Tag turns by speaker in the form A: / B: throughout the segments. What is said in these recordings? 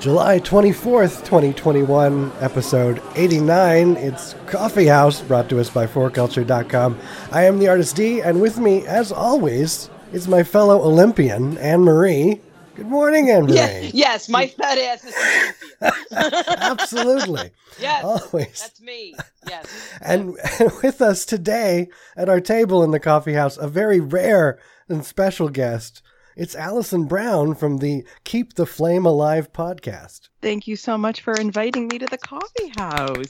A: July 24th, 2021, episode 89. It's Coffee House, brought to us by FourCulture.com. I am the Artist D, and with me, as always, is my fellow Olympian, Anne Marie. Good morning, Anne Marie.
B: Yeah, yes, my fat ass is an Olympian.
A: Absolutely.
B: yes,
A: Always.
B: that's me. Yes.
A: And, and with us today at our table in the coffee house, a very rare and special guest. It's Allison Brown from the Keep the Flame Alive podcast.
C: Thank you so much for inviting me to the coffee house.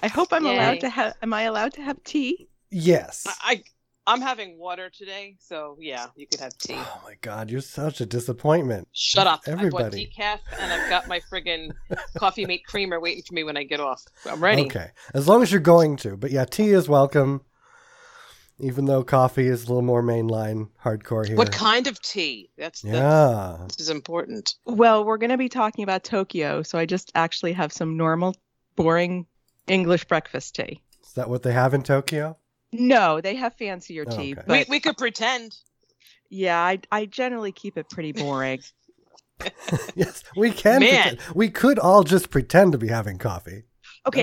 C: I hope I'm
B: Yay.
C: allowed to have. Am I allowed to have tea?
A: Yes.
B: I, I am having water today, so yeah, you could have tea.
A: Oh my God, you're such a disappointment.
B: Shut up.
A: Everybody.
B: I bought decaf and I've got my friggin' coffee mate creamer waiting for me when I get off. I'm ready.
A: Okay. As long as you're going to. But yeah, tea is welcome, even though coffee is a little more mainline hardcore here.
B: What kind of tea? That's that's
A: Yeah.
B: this is important.
C: Well, we're going to be talking about Tokyo, so I just actually have some normal, boring English breakfast tea.
A: Is that what they have in Tokyo?
C: No, they have fancier
A: Oh,
C: tea,
A: okay.
C: but
B: we we could pretend.
C: yeah, I I generally keep it pretty boring.
A: yes. We can.
B: Man.
A: pretend- We could all just pretend to be having coffee.
C: Okay,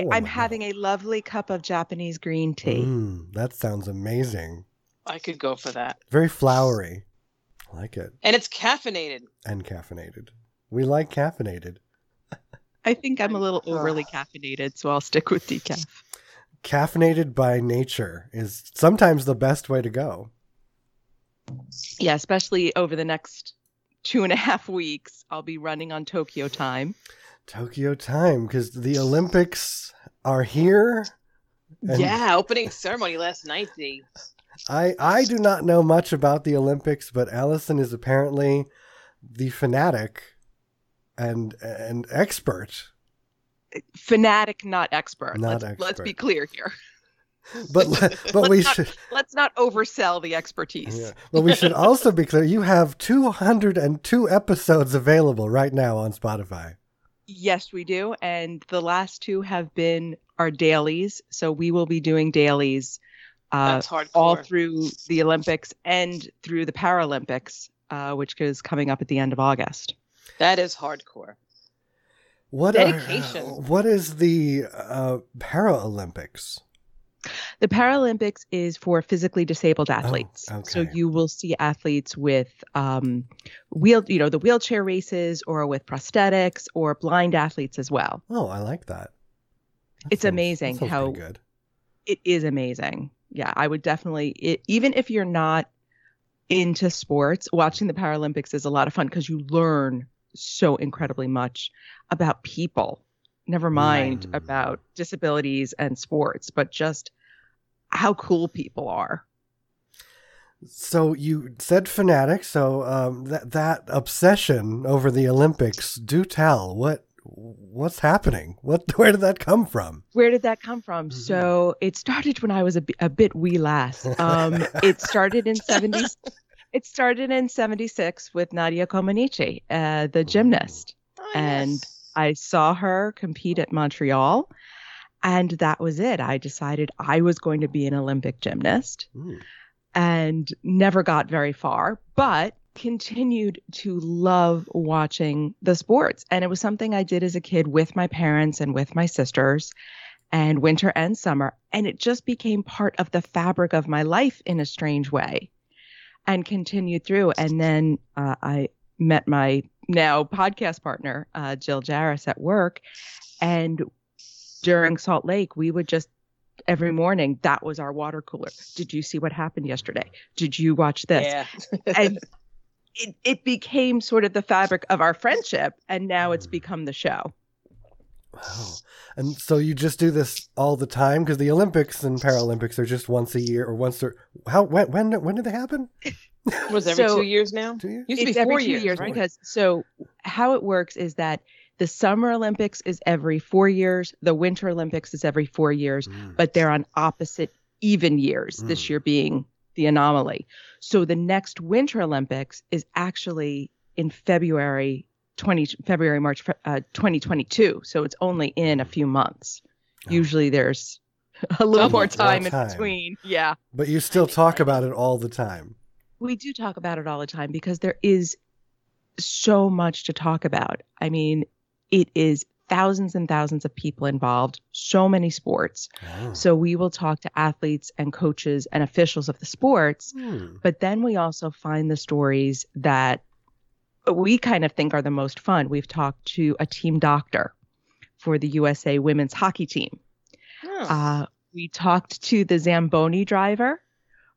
A: Oh,
C: I'm
A: my God.
C: having a lovely cup of Japanese green tea.
A: Mm, that sounds amazing.
B: I could go for that.
A: Very flowery. I like it.
B: And it's caffeinated.
A: And caffeinated. We like caffeinated.
C: I think I'm a
B: I'm-
C: little overly caffeinated, so I'll stick with decaf.
A: Caffeinated by nature is sometimes the best way to go.
C: Yeah, especially over the next two and a half weeks, I'll be running on Tokyo time.
A: Tokyo time, because the Olympics are here. And-
B: yeah, opening ceremony last night, the
A: I I do not know much about the Olympics, but Allison is apparently the fanatic and and expert.
C: fanatic, not expert.
A: Not
C: let's, let's be
A: expert.
C: clear here.
A: But le- but we
C: Let's not-
A: should
C: Let's not oversell the expertise.
A: yeah. but we should also be clear. You have two hundred and two episodes available right now on Spotify.
C: Yes, we do. And the last two have been our dailies. So we will be doing dailies uh,
B: that's hardcore.
C: all through the Olympics and through the Paralympics, uh, which is coming up at the end of August.
B: that is hardcore.
A: What are-
B: Dedication.
A: what is the uh, Paralympics?
C: The Paralympics is for physically disabled athletes. So
A: Oh, okay.
C: you will see athletes with um, wheel, you know, the wheelchair races or with prosthetics or blind athletes as well.
A: Oh, I like that. That
C: It's
A: sounds- that
C: amazing
A: sounds
C: how-
A: pretty good.
C: it is amazing. Yeah, I would definitely, i even if you're not into sports, watching the Paralympics is a lot of fun because you learn so incredibly much about people, never mind
A: Mm.
C: about disabilities and sports, but just how cool people are.
A: So you said fanatic. So um, that that obsession over the Olympics. Do tell what what's happening. What where did that come from?
C: Where did that come from?
A: Mhm.
C: So it started when I was a, bi- a bit wee lass. Um, it started in 70s. It started in 76 with Nadia Comaneci, uh, the gymnast.
B: Oh,
C: And
B: yes.
C: I saw her compete at Montreal, and that was it. I decided I was going to be an Olympic gymnast
A: Mm.
C: and never got very far, but continued to love watching the sports. And it was something I did as a kid with my parents and with my sisters, and winter and summer. And it just became part of the fabric of my life in a strange way and continued through. And then uh, I met my now podcast partner, uh, Jill Jarris, at work. And during Salt Lake, we would just every morning, that was our water cooler. Did you see what happened yesterday? Did you watch this?
B: yeah.
C: and it, it became sort of the fabric of our friendship and now it's
A: Mm.
C: become the show
A: Wow. And so you just do this all the time because the Olympics and Paralympics are just once a year or once or how when when when did they happen?
B: was it every
C: So-
B: two years now?
A: Do you?
B: Used to
C: it's
B: be
C: every
B: four
C: two years,
B: right?
C: because so how it works is that the summer olympics is every four years the winter olympics is every four years
A: Mm.
C: but they're on opposite even years
A: Mm.
C: this year being the anomaly so the next winter olympics is actually in february 20 february march uh, 2022 so it's only in a few months
A: Oh.
C: usually there's a little
B: Oh,
C: more
B: more
C: time in
A: time.
C: between yeah
A: But you still talk about it all the time.
C: we do talk about it all the time because there is so much to talk about. I mean, it is thousands and thousands of people involved, so many sports.
A: Oh.
C: So we will talk to athletes and coaches and officials of the sports
A: Hmm.
C: but then we also find the stories that we kind of think are the most fun. We've talked to a team doctor for the USA women's hockey team. Uh, we talked to the Zamboni driver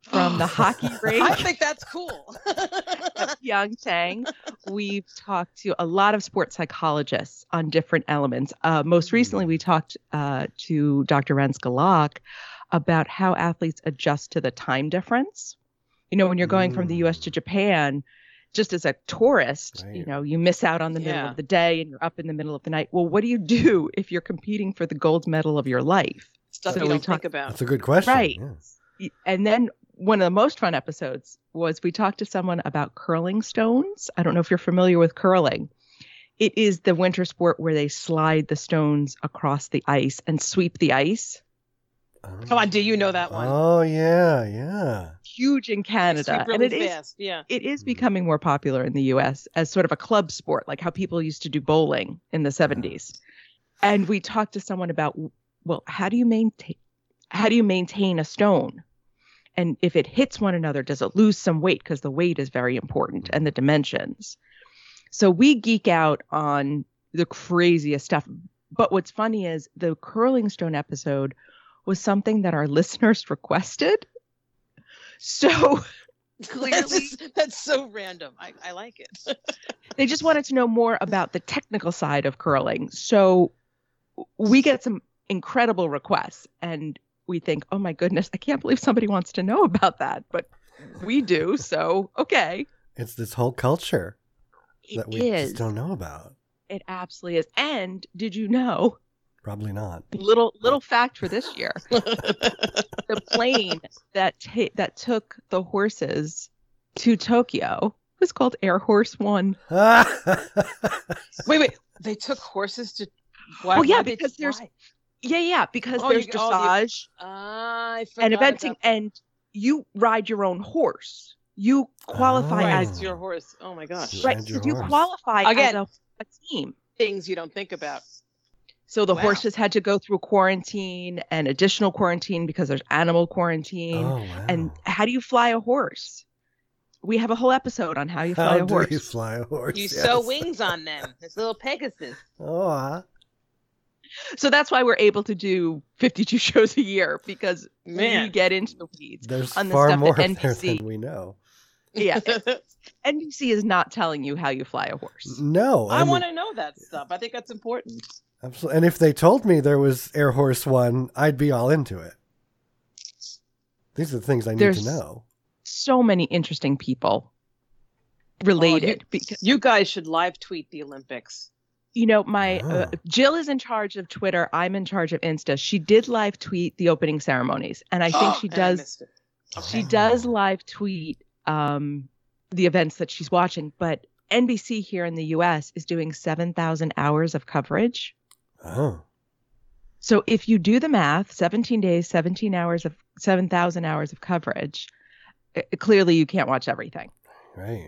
C: from the hockey
B: I
C: rink,
B: think that's cool.
C: Pyeongchang. We've talked to a lot of sports psychologists on different elements. Uh,
A: Mm.
C: most recently, we talked uh, to Dr. Rens Galak about how athletes adjust to the time difference. You know, when you're going from the US to
A: Mm.
C: Japan, just as a tourist, you
A: Right.
C: know, you miss out on the middle
B: Yeah.
C: of the day and you're up in the middle of the night. Well, what do you do if you're competing for the gold medal of your life?
B: Stuff
C: So
B: you
C: we
B: don't
C: talk-
B: think about.
A: That's a good question.
C: Right.
A: yeah.
C: Y- And then one of the most fun episodes was we talked to someone about curling stones. I don't know if you're familiar with curling. It is the winter sport where they slide the stones across the ice and sweep the ice. Oh,
B: Come on, do you know that one?
A: Oh yeah, yeah.
C: Huge in
B: They sweep
C: Canada.
B: really
C: and it is
B: fast. Yeah.
C: it is
A: Mhm.
C: becoming more popular in the US as sort of a club sport, like how people used to do bowling in the 70s. And we talked to someone about well, how do you maintain how do you maintain a stone? And if it hits one another, does it lose some weight because the weight is very important and the dimensions. So we geek out on the craziest stuff. But what's funny is the curling stone episode was something that our listeners requested. So
B: That's,
C: clearly
B: just- that's so random. I, I like it.
C: they just wanted to know more about the technical side of curling. So we get some incredible requests and we think, oh my goodness, I can't believe somebody wants to know about that. But we do. So, okay.
A: It's this whole culture
C: it
A: that we
C: is.
A: just don't know about.
C: It absolutely is. And did you know,
A: Probably not.
C: little little fact for this year, the plane that ta- that took the horses to Tokyo was called Air Horse 1.
A: Oh,
B: wait, wait. They took horses to. Why,
C: Well, yeah,
B: why did-
C: because there's-
B: why?
C: Yeah, yeah, because
B: Oh,
C: there's
B: you- oh, the-
C: dressage.
B: Ah, I
C: and
B: forgot
C: eventing
B: about that.
C: and you ride your own horse you qualify
A: Oh.
B: Right,
C: as
B: it's your horse. Oh my gosh.
A: Right.
C: right
A: Ride
C: so
A: your
C: you
A: horse.
C: qualify
B: Again.
C: as a, a team
B: Things you don't think about.
C: so the
B: Wow.
C: horses had to go through quarantine and additional quarantine because there's animal quarantine
A: oh wow.
C: and how do you fly a horse we have a whole episode on how you fly
A: how
C: a
A: do
C: horse
A: you fly a horse?
B: You
A: yes.
B: sew wings on them. It's little Pegasus.
A: Oh, huh?
C: so that's why we're able to do 52 shows a year because we
B: Man.
C: get into the weeds
A: there's
C: on the
A: far
C: stuff that
A: more there
C: NBC
A: than we know.
C: yeah nbc is not telling you how you fly a horse
A: No,
B: I
A: mean-
B: want to know that stuff. I think that's important.
A: Absolutely. And if they told me there was Air Horse One, I'd be all into it. These are the things I need
C: There's-
A: to know.
C: so many interesting
B: Oh,
C: people Oh, related because
B: You guys should live tweet the Olympics.
C: you know my uh,
A: Oh.
C: Jill is in charge of Twitter, I'm in charge of Insta. She did live tweet the opening ceremonies and I think she
B: Oh, And I
C: does
B: missed it. Okay.
C: she does live tweet um the events that she's watching, but NBC here in the US is doing 7,000 hours of coverage.
A: Oh,
C: So if you do the math, 17 days, 17 hours of 7,000 hours of coverage, uh, clearly you can't watch everything.
A: right.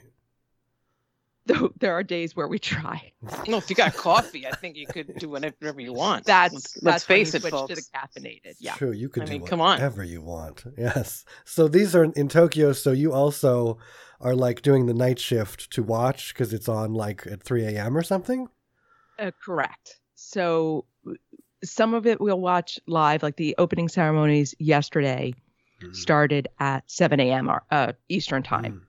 C: Though there are days where we try.
B: No, if you got coffee, I think you could do whatever you want.
C: That's
B: let's,
C: that's
B: let's
C: when
B: face
C: we
B: it,
C: switched
B: folks.
C: To the caffeinated, yeah.
A: True. You could
B: I
A: do
B: mean, come on.
A: whatever you want. Yes. So these are in Tokyo. So you also are like doing the night shift to watch because it's on like at 3 a.m. or something.
C: Uh, correct. So some of it we'll watch live, like the opening ceremonies yesterday
A: Mm.
C: started at 7 a.m. our- Uh, Eastern time,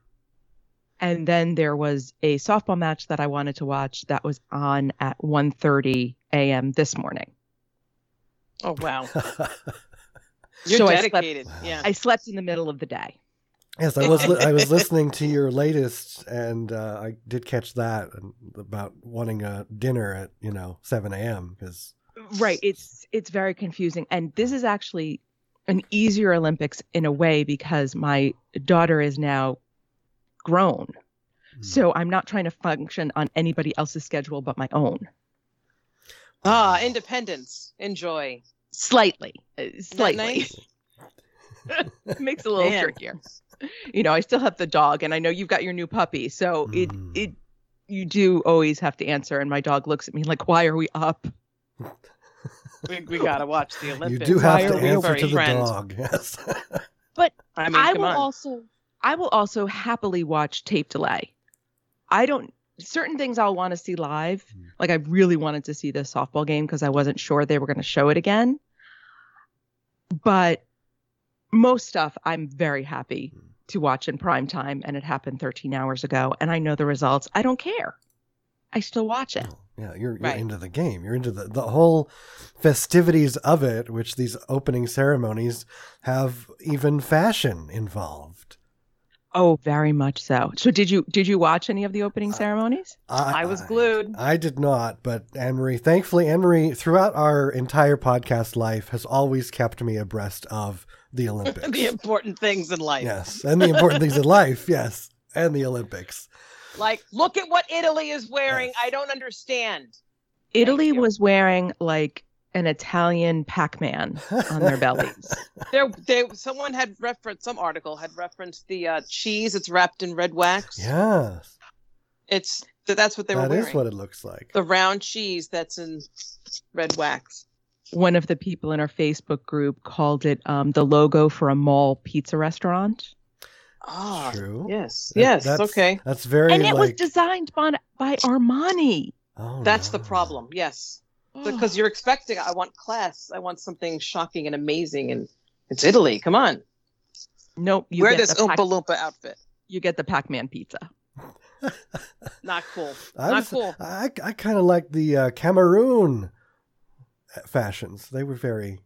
C: and then there was a softball match that I wanted to watch that was on at 1:30 a.m. this morning.
B: Oh wow,
A: Mm.
B: you're
C: So I slept-
B: dedicated. yeah,
C: I slept in the middle of the day.
A: yes, I was. Li- I was listening to your latest, and uh, I did catch that about wanting a dinner at you know 7 a.m. because
C: right it's it's very confusing and this is actually an easier olympics in a way because my daughter is now grown
A: Hmm.
C: so i'm not trying to function on anybody else's schedule but my own
B: ah, independence, enjoy.
C: slightly uh,
B: Isn't that
C: slightly
B: nice?
C: makes it a little
B: Man.
C: trickier you know i still have the dog and i know you've got your new puppy so
A: Mhm.
C: it it you do always have to answer. And my dog looks at me like, why are we up?
B: We, we gotta watch the
A: You
B: Olympics.
A: do
B: Why
A: have to
B: are we
A: answer
B: very
A: to the
B: friends?
A: dog. Yes.
B: I mean,
C: I
B: come
C: will
B: on.
C: also I will also happily watch tape delay. I don't certain things I'll want to see live.
A: Mm.
C: Like I really wanted to see this softball game because I wasn't sure they were going to show it again. But most stuff I'm very happy
A: Mm.
C: to watch in prime time and it happened 13 hours ago and I know the results. I don't care. I still watch it.
A: Yeah, you're, you're
B: Right.
A: into the game. You're into the, the whole festivities of it, which these opening ceremonies have even fashion involved.
C: Oh, very much so. So did you did you watch any of the opening
A: Uh,
C: ceremonies?
B: I was glued.
A: I did not, but Anne Marie, thankfully, Anne Marie, throughout our entire podcast life, has always kept me abreast of the Olympics.
B: the important things in life.
A: yes, and the important things in life. Yes, and the Olympics.
B: Like, look at what Italy is wearing.
A: Yes.
B: I don't understand.
C: Italy
B: Thank you.
C: was wearing like an Italian Pac-Man on their bellies.
B: There, there. Someone had referenced some article had referenced the uh, cheese. It's wrapped in red wax.
A: yes,
B: It's th- that's what they were
A: that
B: wearing.
A: is what it looks like.
B: the round cheese that's in red wax.
C: One of the people in our Facebook group called it um, the logo for a mall pizza restaurant,
B: Ah,
A: True.
B: yes,
A: That-
B: yes.
A: that's-
B: okay,
A: That's very
C: and it was
A: like.
C: designed by, by Armani.
A: oh,
B: that's
A: no.
B: the problem. Yes, because you're expecting. I want class. I want something shocking and amazing, and it's Italy. Come on,
C: nope, you
B: wear
C: get
B: this
C: the Pac-
B: Oompa Loompa outfit.
C: you get the Pac-Man pizza.
B: Not cool.
A: I
B: Not
A: was-
B: cool.
A: I, I kind of like the uh, Cameroon fashions. They were very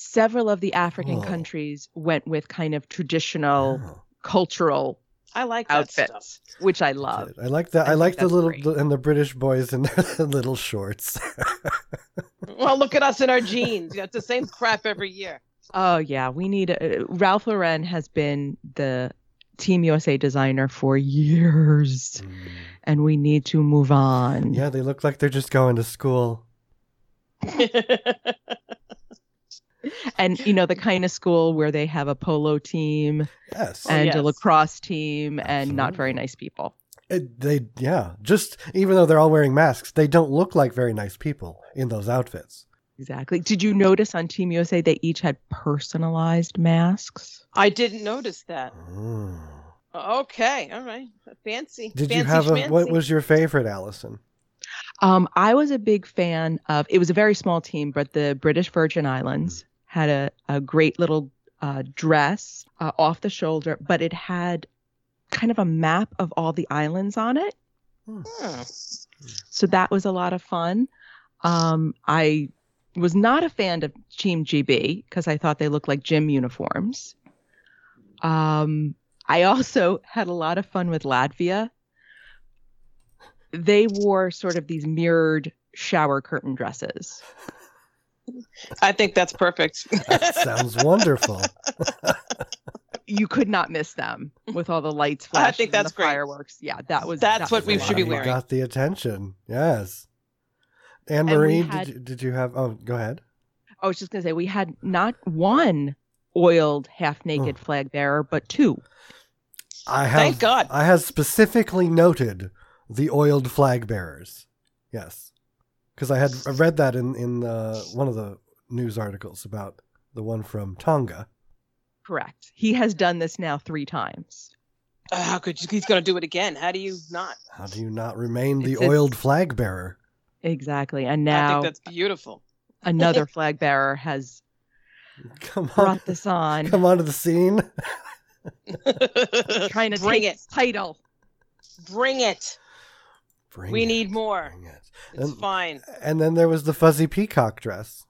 C: Several of the African
A: Oh.
C: countries went with kind of traditional
A: Yeah.
C: cultural
B: I like that stuff.
C: outfits, which I love.
A: I like that.
C: I
A: I,
C: think
A: like the
C: that's
A: little
C: great.
A: the, and the British boys in their little shorts.
B: Well, look at us in our jeans. You know, it's the same crap every year.
C: Oh yeah, we need a, Ralph Lauren has been the Team USA designer for years,
A: Mm.
C: and we need to move on.
A: yeah, they look like they're just going to school.
C: And you know the kind of school where they have a polo team
A: Yes,
B: Oh,
C: and a
B: yes.
C: lacrosse team and not very
A: Absolutely.
C: nice people.
A: It- Uh, they yeah. Just even though they're all wearing masks, they don't look like very nice people in those outfits.
C: Exactly. Did you notice on Team USA they each had personalized masks?
B: I didn't notice that.
A: Mm.
B: Okay, all right. Fancy.
A: Did
B: Hmm. fancy
A: you have a
B: schmancy.
A: what was your favorite, Allison?
C: Um, I was a big fan of. It was a very small team, but the British Virgin Islands
B: Mm-hmm.
C: had a a great little uh, dress uh, off the shoulder, but it had kind of a map of all the islands on it.
B: Hmm.
C: So that was a lot of fun. Um, I was not a fan of Team GB because I thought they looked like gym uniforms. Um, I also had a lot of fun with Latvia. They wore sort of these mirrored shower curtain dresses.
B: I think that's perfect.
A: That sounds wonderful.
C: You could not miss them with all the lights
B: I
C: flashing.
B: think
C: and
B: that's
C: the
B: great.
C: fireworks. Yeah, that was.
B: That's
C: that
B: what
C: was
B: we
C: a
B: should
C: lot
B: be
C: of fun.
B: wearing.
A: Got the attention. Yes. Anne
C: And we
A: Marie,
C: had-
A: did, you, did you have? Oh, go ahead.
C: I was just gonna say we had not one oiled half naked
A: Oh.
C: flag bearer, but two.
A: I have.
B: Thank God.
A: I have specifically noted the oiled flag bearers. Yes, because I had I read that in in uh, one of the news articles about the one from Tonga.
C: Correct. He has done this now three times.
B: Uh, How could you, he's going to do it again? How do you not?
A: How do you not remain the
C: It's- it's-
A: oiled flag bearer?
C: Exactly. And
B: I
C: now
B: think that's beautiful.
C: another flag bearer has
A: Come on,
C: brought this on,
A: come onto the scene.
C: trying to
B: bring
C: take
B: it.
C: its title.
B: Bring it.
A: Bring
B: we
A: it,
B: need more.
A: bring it.
B: It's
A: Um,
B: fine.
A: And then there was the fuzzy peacock dress.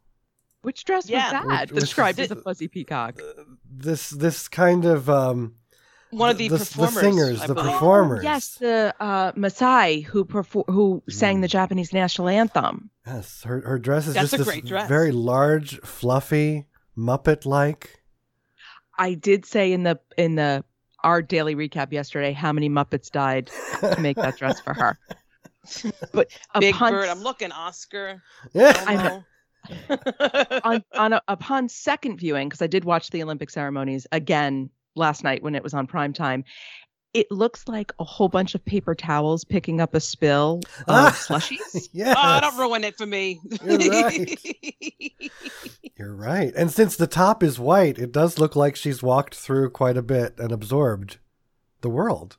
C: Which dress
B: Yeah.
C: was that?
A: Which- which
C: Described
A: is-
C: as a fuzzy peacock.
A: Uh, This this kind of um,
B: One of the,
A: the- the
B: performers.
A: singers,
B: I
A: the
B: believe.
A: perform- performers.
C: Oh, yes, the uh, Maasai who perfor- who sang the Japanese national anthem.
A: yes, her her dress is
B: That's
A: just
B: a
A: this
B: great dress.
A: very large, fluffy Muppet like.
C: I did say in the in the our daily recap yesterday how many Muppets died to make that dress for her. But
B: Big
C: upon
B: Bird. I'm looking Oscar.
A: Yeah.
C: I
B: Elmo.
C: on, on a, upon second viewing, because I did watch the Olympic ceremonies again last night when it was on prime time, it looks like a whole bunch of paper towels picking up a spill of ah, slushies.
A: Yeah.
B: Oh, don't ruin it for me.
A: You're right. You're right. And since the top is white, it does look like she's walked through quite a bit and absorbed the world.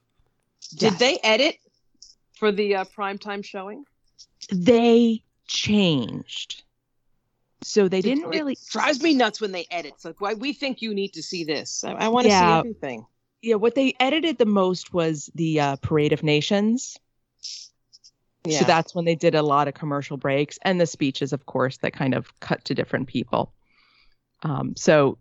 B: Did yes. they edit for the uh, primetime showing?
C: They changed. So they didn't
B: it,
C: really. It
B: drives me nuts when they edit. It's like, why we think you need to see this. I, I want to yeah. see everything.
C: Yeah, what they edited the most was the uh, Parade of Nations. Yeah. So that's when they did a lot of commercial breaks and the speeches, of course, that kind of cut to different people. Um, so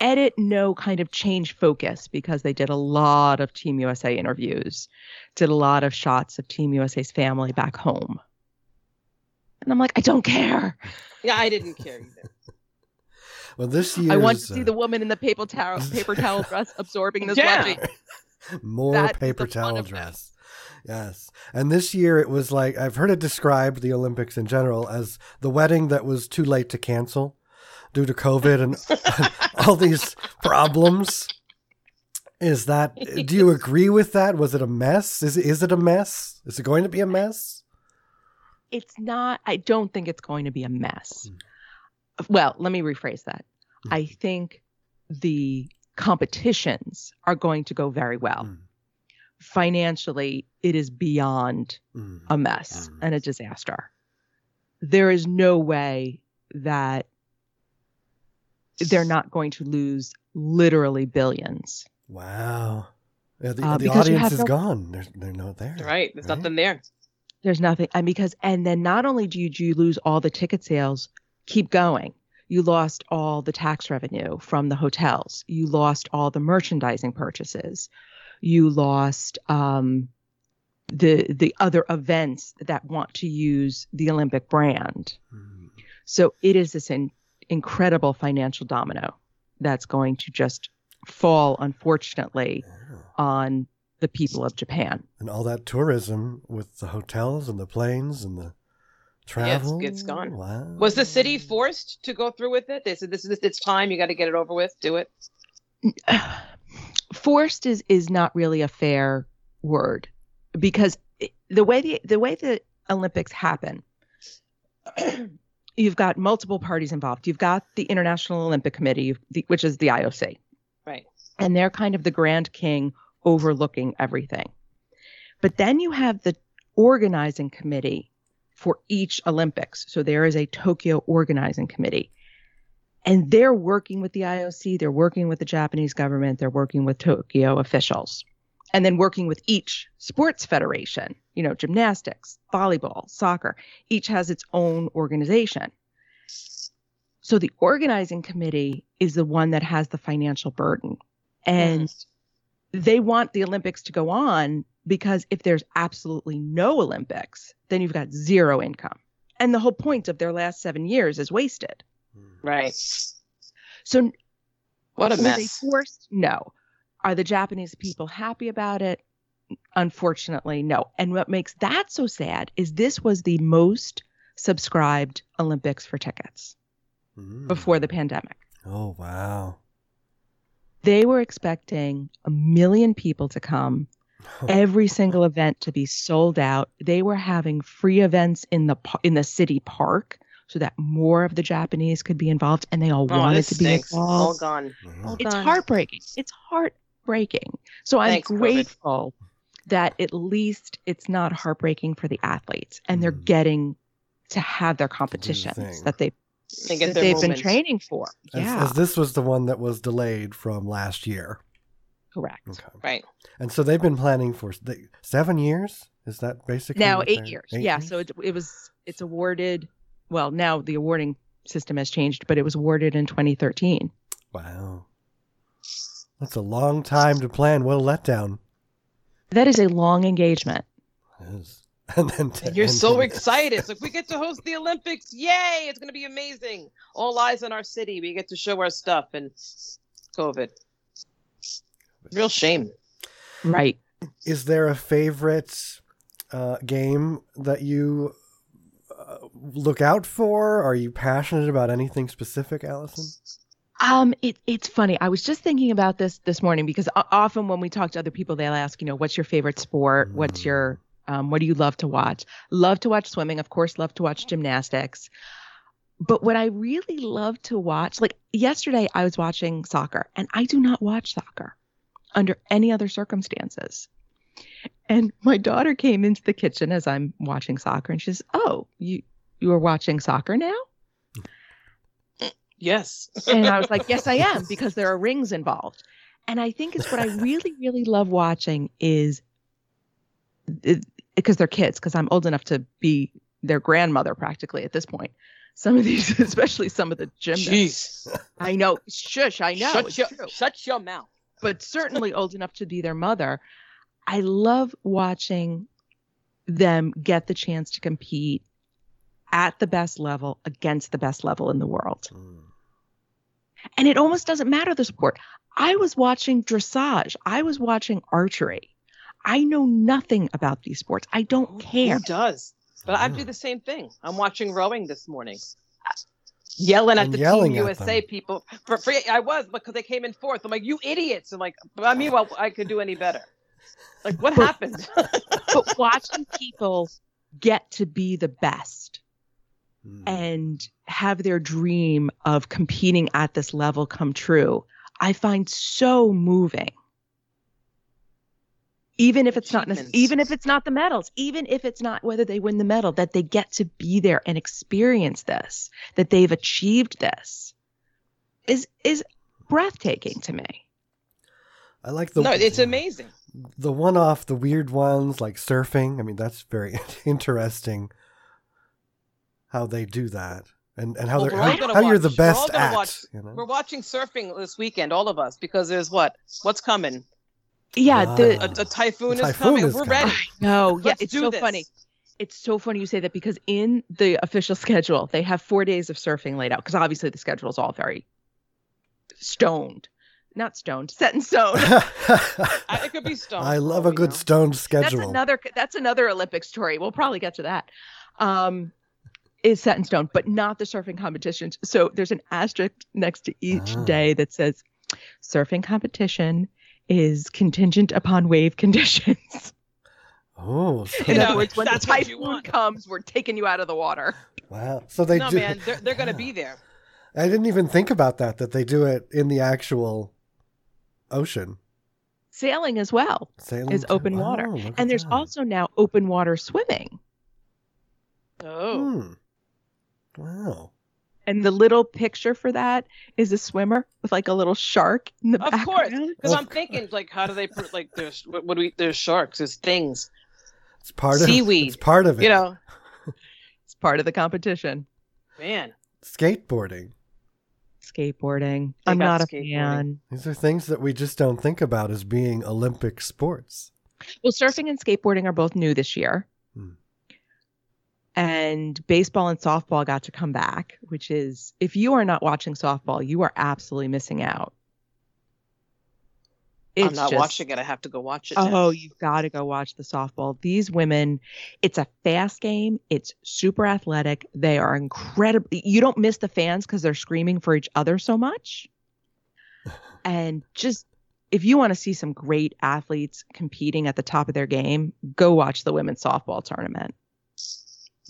C: edit no kind of change focus because they did a lot of Team USA interviews, did a lot of shots of Team USA's family back home. And I'm like, I don't care.
B: Yeah, I didn't care either.
A: well, this uh, year
C: I want to see the woman in the paper towel paper towel dress absorbing this yeah.
A: More that paper towel dress. Yes. And this year it was like I've heard it described the Olympics in general as the wedding that was too late to cancel due to COVID and all these problems. Is that do you agree with that? Was it a mess? Is it, is it a mess? Is it going to be a mess?
C: It's not I don't think it's going to be a mess. Mm. Well, let me rephrase that. Mm. I think the competitions are going to go very well.
A: Hmm.
C: Mm. Financially, it is beyond
A: Hmm.
C: a mess and Hmm. a disaster. There is no way that they're not going to lose literally billions.
A: Wow. Yeah, the, uh, the audience is no, gone. They're, they're not there.
B: Right. There's right? nothing there.
C: There's nothing. And because, and then not only do you, do you lose all the ticket sales, keep going. You lost all the tax revenue from the hotels. You lost all the merchandising purchases. You lost um, the the other events that want to use the Olympic brand. Hmm. So it is this in, incredible financial domino that's going to just fall, unfortunately, yeah. on the people of Japan.
A: And all that tourism with the hotels and the planes and the travel.
B: Yeah, it's, it's gone. Wow. Was the city forced to go through with it? They said, this is it's time. You got to get it over with. Do it.
C: forced is, is not really a fair word because the way the, the way the Olympics happen you've got multiple parties involved. You've got the International Olympic Committee, which is the IOC.
B: Right.
C: And they're kind of the grand king overlooking everything. But then you have the organizing committee for each Olympics. So there is a Tokyo organizing committee. And they're working with the IOC, they're working with the Japanese government, they're working with Tokyo officials. And then working with each sports federation you know, gymnastics, volleyball, soccer, each has its own organization. So the organizing committee is the one that has the financial burden. And yes. they want the Olympics to go on because if there's absolutely no Olympics, then you've got zero income. And the whole point of their last seven years is wasted.
B: Right.
C: So,
B: what a mess.
C: forced? No. Are the Japanese people happy about it? unfortunately, no. And what makes that so sad is this was the most subscribed Olympics for tickets
A: Hmm.
C: mm. before the pandemic.
A: Oh, wow.
C: They were expecting a million people to come, every single event to be sold out. They were having free events in the in the city park so that more of the Japanese could be involved and they all oh, wanted to be stinks. involved.
B: All gone. Mm-hmm. All
C: it's
B: gone.
C: heartbreaking. It's heart heartbreaking. So I'm Thanks, grateful COVID. that at least it's not heartbreaking for the athletes and they're mm. getting to have their competitions the that they, they that they've moments. been training for.
A: As,
C: yeah.
A: As, this was the one that was delayed from last year.
C: Correct.
B: Okay. Right.
A: And so they've been planning for they, seven years. Is that basically?
C: Now eight years. Eight yeah. Years? So it, it was, it's awarded. Well, now the awarding system has changed, but it was awarded in 2013.
A: Wow. That's a long time to plan. What a letdown.
C: That is a long engagement.
A: Yes. And then
B: to, you're and so to... excited. It's like we get to host the Olympics. Yay! It's gonna be amazing. All eyes on our city. We get to show our stuff and COVID. Real shame.
C: Right.
A: Is there a favorite uh, game that you uh, look out for? Are you passionate about anything specific, Allison?
C: Um, it, it's funny. I was just thinking about this this morning because o- often when we talk to other people, they'll ask, you know, what's your favorite sport? What's your, um, what do you love to watch? Love to watch swimming, of course, love to watch gymnastics. But what I really love to watch, like yesterday, I was watching soccer and I do not watch soccer under any other circumstances. And my daughter came into the kitchen as I'm watching soccer and she says, Oh, you, you are watching soccer now?
B: Yes.
C: And I was like, yes, I am, because there are rings involved. And I think it's what I really, really love watching is because they're kids, because I'm old enough to be their grandmother practically at this point. Some of these, especially some of the gymnasts.
B: Jeez.
C: I know, shush, I know.
B: Shut
C: it's
B: your,
C: true
B: shut your mouth.
C: but certainly old enough to be their mother. I love watching them get the chance to compete at the best level against the best level in the world. And it almost doesn't matter the sport. I was watching dressage, I was watching archery. I know nothing about these sports. I
B: Oh,
C: don't care.
B: Who does? But I do
A: Yeah.
B: the same thing. I'm watching rowing this morning. Yelling at
A: And
B: the
A: yelling
B: Team
A: at
B: USA
A: them.
B: people. For free, I was because they came in fourth. I'm like, you idiots. I'm like, but meanwhile, I could do any better. Like, what happened?
C: But watching people get to be the best
A: Hmm.
C: and have their dream of competing at this level come true, I find so moving. Even if it's not nec-
B: Achievements.
C: even if it's not the medals, even if it's not whether they win the medal, that they get to be there and experience this, that they've achieved this, is is breathtaking to me.
A: I like the
B: no, it's amazing.
A: the one off, the weird ones like surfing. I mean, that's very interesting how they do that and and how
B: Well,
A: they're
B: we're all
A: how,
B: gonna
A: how you're
B: watch-
A: the
B: we're all
A: best
B: gonna
A: at.
B: watch-
A: you know?
B: We're watching surfing this weekend, all of us, because there's what? What's coming?
C: Yeah,
A: Ah.
C: the
B: A, a
A: Typhoon
B: typhoon, is coming.
A: is
B: We're
A: coming.
B: ready.
C: no, yeah,
B: Let's
C: it's
B: do
C: so
B: this.
C: funny. It's so funny you say that because in the official schedule, they have four days of surfing laid out because obviously the schedule is all very stoned, not stoned, set in stone.
B: I, it could be stoned.
A: I
B: for
A: love a
B: all we
A: good
B: know.
A: stone
C: that's
A: schedule.
C: another that's another Olympic story. We'll probably get to that. Um, is set in stone, but not the surfing competitions. So there's an asterisk next to each
A: Ah.
C: day that says surfing competition is contingent upon wave conditions.
A: Oh, so
C: In
B: You
C: other
B: know,
C: words, when the
B: that's what you
C: typhoon
B: want.
C: comes, we're taking you out of the water.
A: wow. So they
B: no,
A: do.
B: man, they're, they're going to be there.
A: I didn't even think about that. That they do it in the actual ocean.
C: Sailing as well.
A: Sailing
C: Is
A: too.
C: open water.
A: Oh, look at
C: And there's
A: that.
C: also now open water swimming.
B: Oh.
A: Hmm. Wow.
C: And the little picture for that is a swimmer with like a little shark in the
B: Of course.
C: background.
B: Because
A: Of
B: I'm thinking, like, how do they put, like, there's, what, what do we, there's sharks, there's things,
A: It's part of
B: Seaweed.
A: It's part of it.
B: you know?
C: It's part of the competition.
B: Man,
A: skateboarding.
C: Skateboarding.
B: They
C: I'm
B: got
C: not a
B: skateboarding.
C: fan.
A: These are things that we just don't think about as being Olympic sports.
C: Well, surfing and skateboarding are both new this year.
A: Hmm.
C: And baseball and softball got to come back, which is if you are not watching softball, you are absolutely missing out.
B: I'm not
C: just-
B: watching it. I have to go watch it. now.
C: Oh, you've got to go watch the softball. These women, it's a fast game. It's super athletic. They are incredibly, you don't miss the fans because they're screaming for each other so much. And just if you want to see some great athletes competing at the top of their game, go watch the women's softball tournament.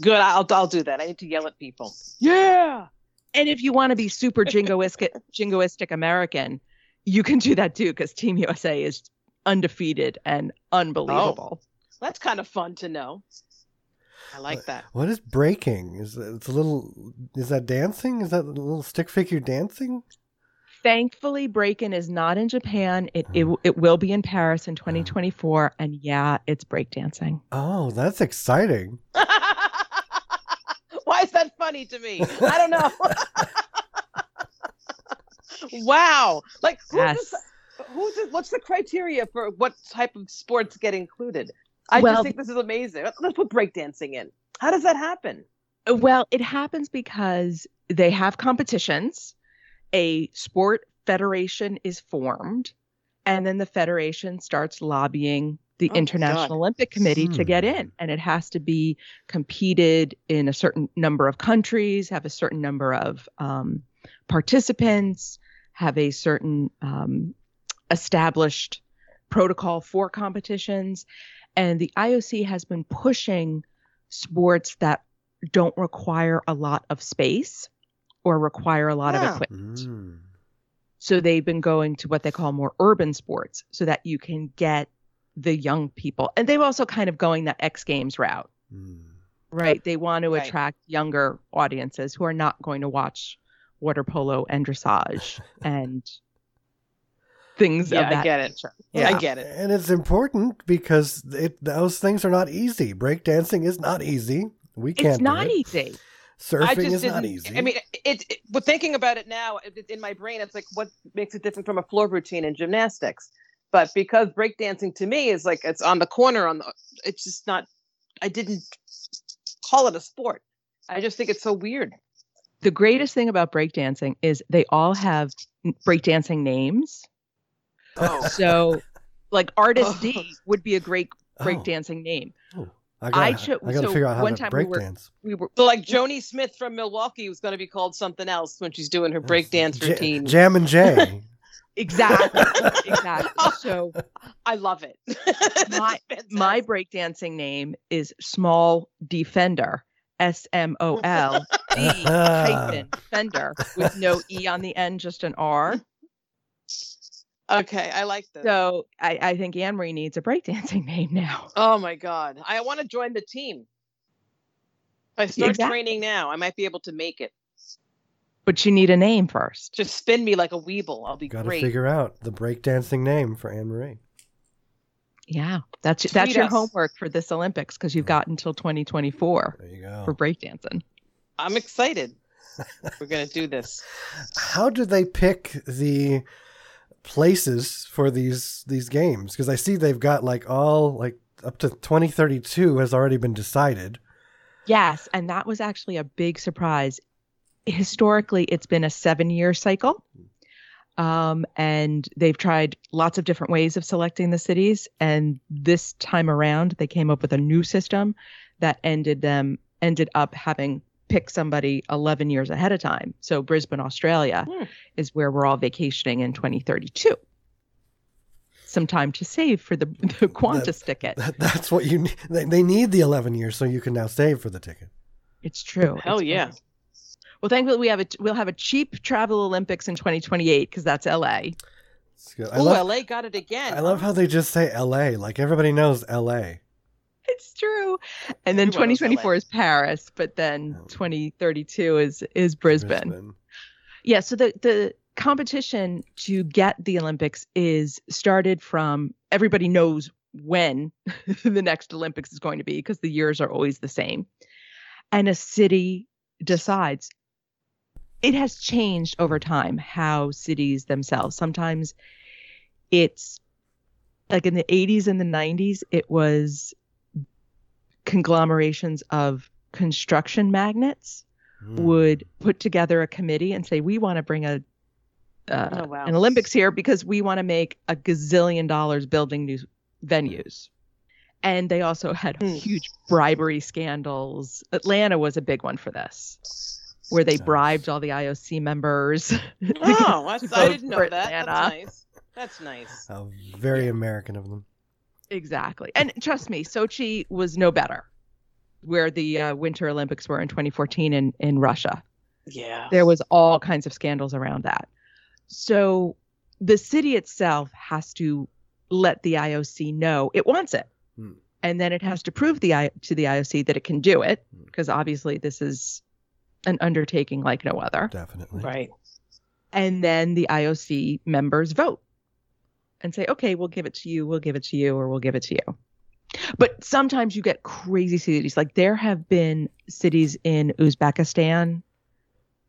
B: Good. I'll, I'll do that. I need to yell at people. Yeah.
C: And if you want to be super jingoistic, jingoistic American, you can do that too because Team USA is undefeated and unbelievable.
B: That's kind of fun to know. I like that.
A: What is breaking? Is that- it's a little? Is that dancing? Is that a little stick figure dancing?
C: Thankfully, Breakin is not in Japan. It, it it will be in Paris in 2024, and yeah, it's breakdancing.
A: Oh, that's exciting.
B: Why is that funny to me? I don't know. wow. Like, who
C: Yes.
B: who's this, what's the criteria for what type of sports get included? I
C: Well-
B: just think this is amazing. Let's let's put breakdancing in. How does that happen?
C: Well, it happens because they have competitions. A sport federation is formed, and then the federation starts lobbying
B: Oh my
C: the
B: God.
C: International Olympic Committee to get
A: Hmm.
C: in, and it has to be competed in a certain number of countries, have a certain number of um, participants, have a certain um, established protocol for competitions. And the IOC has been pushing sports that don't require a lot of space or require a lot
B: Yeah.
C: of equipment.
A: Mm.
C: So they've been going to what they call more urban sports so that you can get the young people. And they're also kind of going that X Games route,
A: Mm.
C: right? They want to
B: Right.
C: attract younger audiences who are not going to watch water polo and dressage and things
B: Yeah,
C: of that.
B: I get it.
C: Yeah.
B: I get it.
A: And it's important because it, those things are not easy. Breakdancing is not easy. We can't.
C: it's
A: do
C: not e-,
A: it.
C: easy.
B: I
A: Surfing
B: just
A: is not
B: didn't-
A: easy.
B: I mean, it, it. But thinking about it now, it, it- in my brain, it's like what makes it different from a floor routine in gymnastics. But because breakdancing to me is like it's on the corner, on the, it's just not. I didn't call it a sport. I just think it's so weird.
C: the greatest thing about breakdancing is they all have n- breakdancing names.
B: Oh,
C: So, like Artist
B: Oh.
C: D would be a great
A: Oh,
C: breakdancing name.
A: oh. I gotta,
C: I
A: I
C: cho-
A: gotta
C: so
A: figure out how
C: one
A: to
C: time we were-
A: breakdance.
C: We were
B: so like Joni Smith from Milwaukee was going to be called something else when she's
A: Uh,
B: doing her breakdance
A: Ja-
B: routine.
A: Jam and Jay.
C: exactly exactly. So
B: I love it.
C: My- my breakdancing name is Small Defender. S M O L D hyphen Fender with no E on the end, just an R.
B: okay, I like this.
C: So I, I think Anne Marie needs a breakdancing name now.
B: Oh my god, I want to join the team. If I start
C: Exactly.
B: training now, I might be able to make it.
C: But you need a name first.
B: Just spin me like a weeble. I'll be
A: gotta
B: great.
A: figure out the breakdancing name for Anne Marie.
C: Yeah, that's
B: Tweet
C: that's your
B: us.
C: homework for this Olympics because you've got until 2024
A: There you go.
C: for breakdancing.
B: I'm excited. We're gonna do this.
A: how do they pick the places for these these games because i see they've got like all like up to 2032 has already been decided
C: Yes, and that was actually a big surprise. Historically, it's been a seven-year cycle, um, and they've tried lots of different ways of selecting the cities. And this time around, they came up with a new system that ended them ended up having picked somebody 11 years ahead of time. So Brisbane, Australia,
B: Hmm.
C: is where we're all vacationing in 2032. Some time to save for the, the Qantas ticket.
A: that, that's what you need they, they need the 11 years so you can now save for the ticket
C: It's true.
B: Hell
C: It's
B: yeah.
C: true. Well, thankfully we have a we'll have a cheap travel Olympics in 2028 because that's LA.
A: It's good. i
B: Oh,
A: love
B: LA got it again.
A: i love how they just say la like everybody knows la
C: It's true. And then
B: Everyone knows
C: 2024
B: LA.
C: is Paris, but then
A: Oh.
C: 2032 is is Brisbane. Yeah. So the the competition to get the Olympics is started from everybody knows when the next Olympics is going to be because the years are always the same, and a city decides. It has changed over time how cities themselves. Sometimes it's like in the 80s and the 90s, it was conglomerations of construction magnates
A: Mm.
C: would put together a committee and say we want to bring a uh,
B: Oh, wow.
C: an Olympics here because we want to make a gazillion dollars building new venues. And they also had
B: Hmm.
C: huge bribery scandals. Atlanta was a big one for this, where they
A: Nice.
C: bribed all the IOC members.
B: Oh, that's, I
C: Vote
B: didn't know
C: for
B: that. That's
C: Atlanta.
B: nice. That's nice.
A: how very american of them
C: exactly. And trust me, Sochi was no better, where the uh, Winter Olympics were in 2014 in, in Russia.
B: Yeah.
C: there was all kinds of scandals around that. So the city itself has to let the IOC know it wants it.
A: Hmm.
C: And then it has to prove the I- to the IOC that it can do it
A: Hmm.
C: because obviously this is an undertaking like no other.
A: definitely
B: Right.
C: And then the IOC members vote and say, "Okay, we'll give it to you, we'll give it to you or we'll give it to you." But sometimes you get crazy cities. Like there have been cities in Uzbekistan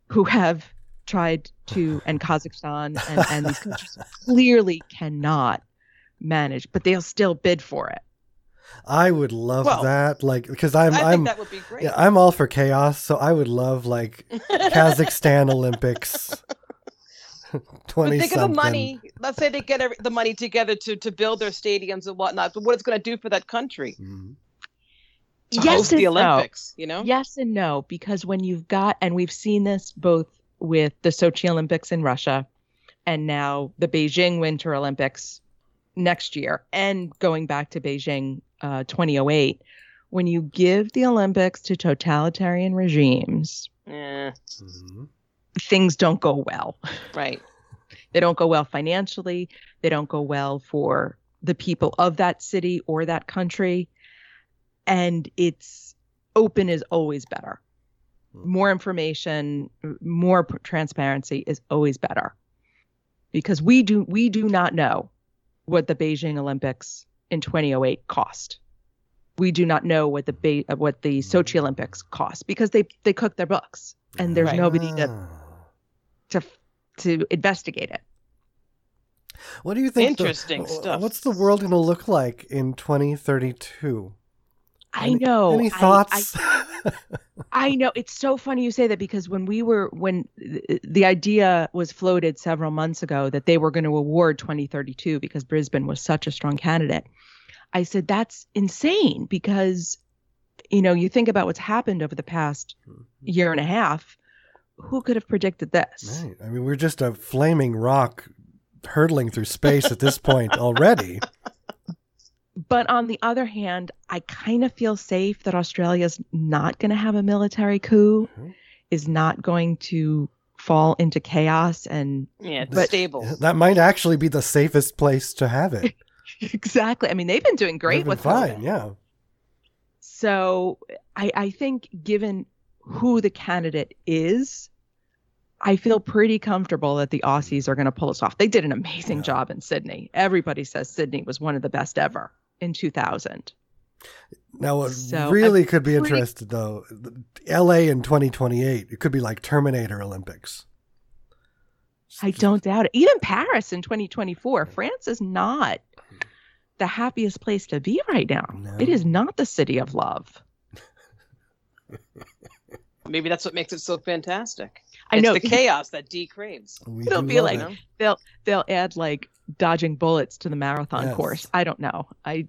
C: who have tried to, and Kazakhstan and, and these countries clearly cannot manage, but they'll still bid for it.
A: i would love
B: Well,
A: that like because i'm
B: I
A: i'm
B: think that would be great.
A: yeah, i'm all for chaos so i would love like Kazakhstan Olympics.
B: But
A: Twenty
B: think of
A: something.
B: the money. Let's say they get every, the money together to to build their stadiums and whatnot. But what it's going to do for that country
A: Mhm.
B: to
C: Yes
B: host
C: and
B: the
C: no.
B: Olympics, you know?
C: Yes and no, because when you've got, and we've seen this both with the Sochi Olympics in Russia and now the Beijing Winter Olympics next year and going back to Beijing uh, 2008, when you give the Olympics to totalitarian regimes,
B: Yeah,
A: Mhm.
C: things don't go well.
B: right.
C: They don't go well financially. They don't go well for the people of that city or that country. And it's open is always better. More information, more p- transparency is always better. Because we do we do not know what the Beijing Olympics in 2008 cost. We do not know what the Be- uh, what the Sochi Olympics cost because they they cook their books and there's
B: Right.
C: nobody to,
A: Ah.
C: to to investigate it.
A: What do you think? the-
B: Interesting
A: w-
B: stuff.
A: What's the world going to look like in 2032?
C: I
A: Any-
C: know.
A: Any
C: Oh, I-
A: thoughts?
C: I, I know. It's so funny you say that because when we were when th- the idea was floated several months ago that they were going to award 2032 because Brisbane was such a strong candidate, I said that's insane because you know you think about what's happened over the past
A: Mm-hmm.
C: year and a half. Who could have predicted this?
A: right. I mean, we're just a flaming rock hurtling through space at this point already.
C: But on the other hand, I kind of feel safe that Australia's not going to have a military coup,
A: Mhm.
C: is not going to fall into chaos and
B: Yeah, it's
C: But-
B: stable.
A: That might actually be the safest place to have it.
C: exactly. I mean, they've been doing great
A: They've been
C: with
A: fine,
C: COVID.
A: yeah.
C: So I, I think, given who the candidate is, I feel pretty comfortable that the Aussies are going to pull us off. They did an amazing
A: Yeah.
C: job in Sydney. Everybody says Sydney was one of the best ever in 2000.
A: Now, what
C: So, I'm
A: really could be
C: pretty-
A: interested though, L.A. in 2028, it could be like Terminator Olympics.
C: I don't doubt it. Even Paris in 2024, France is not the happiest place to be right now.
A: No.
C: It is not the city of love.
B: Maybe that's what makes it so fantastic.
C: I
B: it's
C: know
B: the chaos that D craves.
A: We
C: It'll
A: do
C: be
A: love
C: like-
B: You
A: it.
B: know?
C: they'll add like dodging bullets to the marathon
A: Yes.
C: course. I don't know. I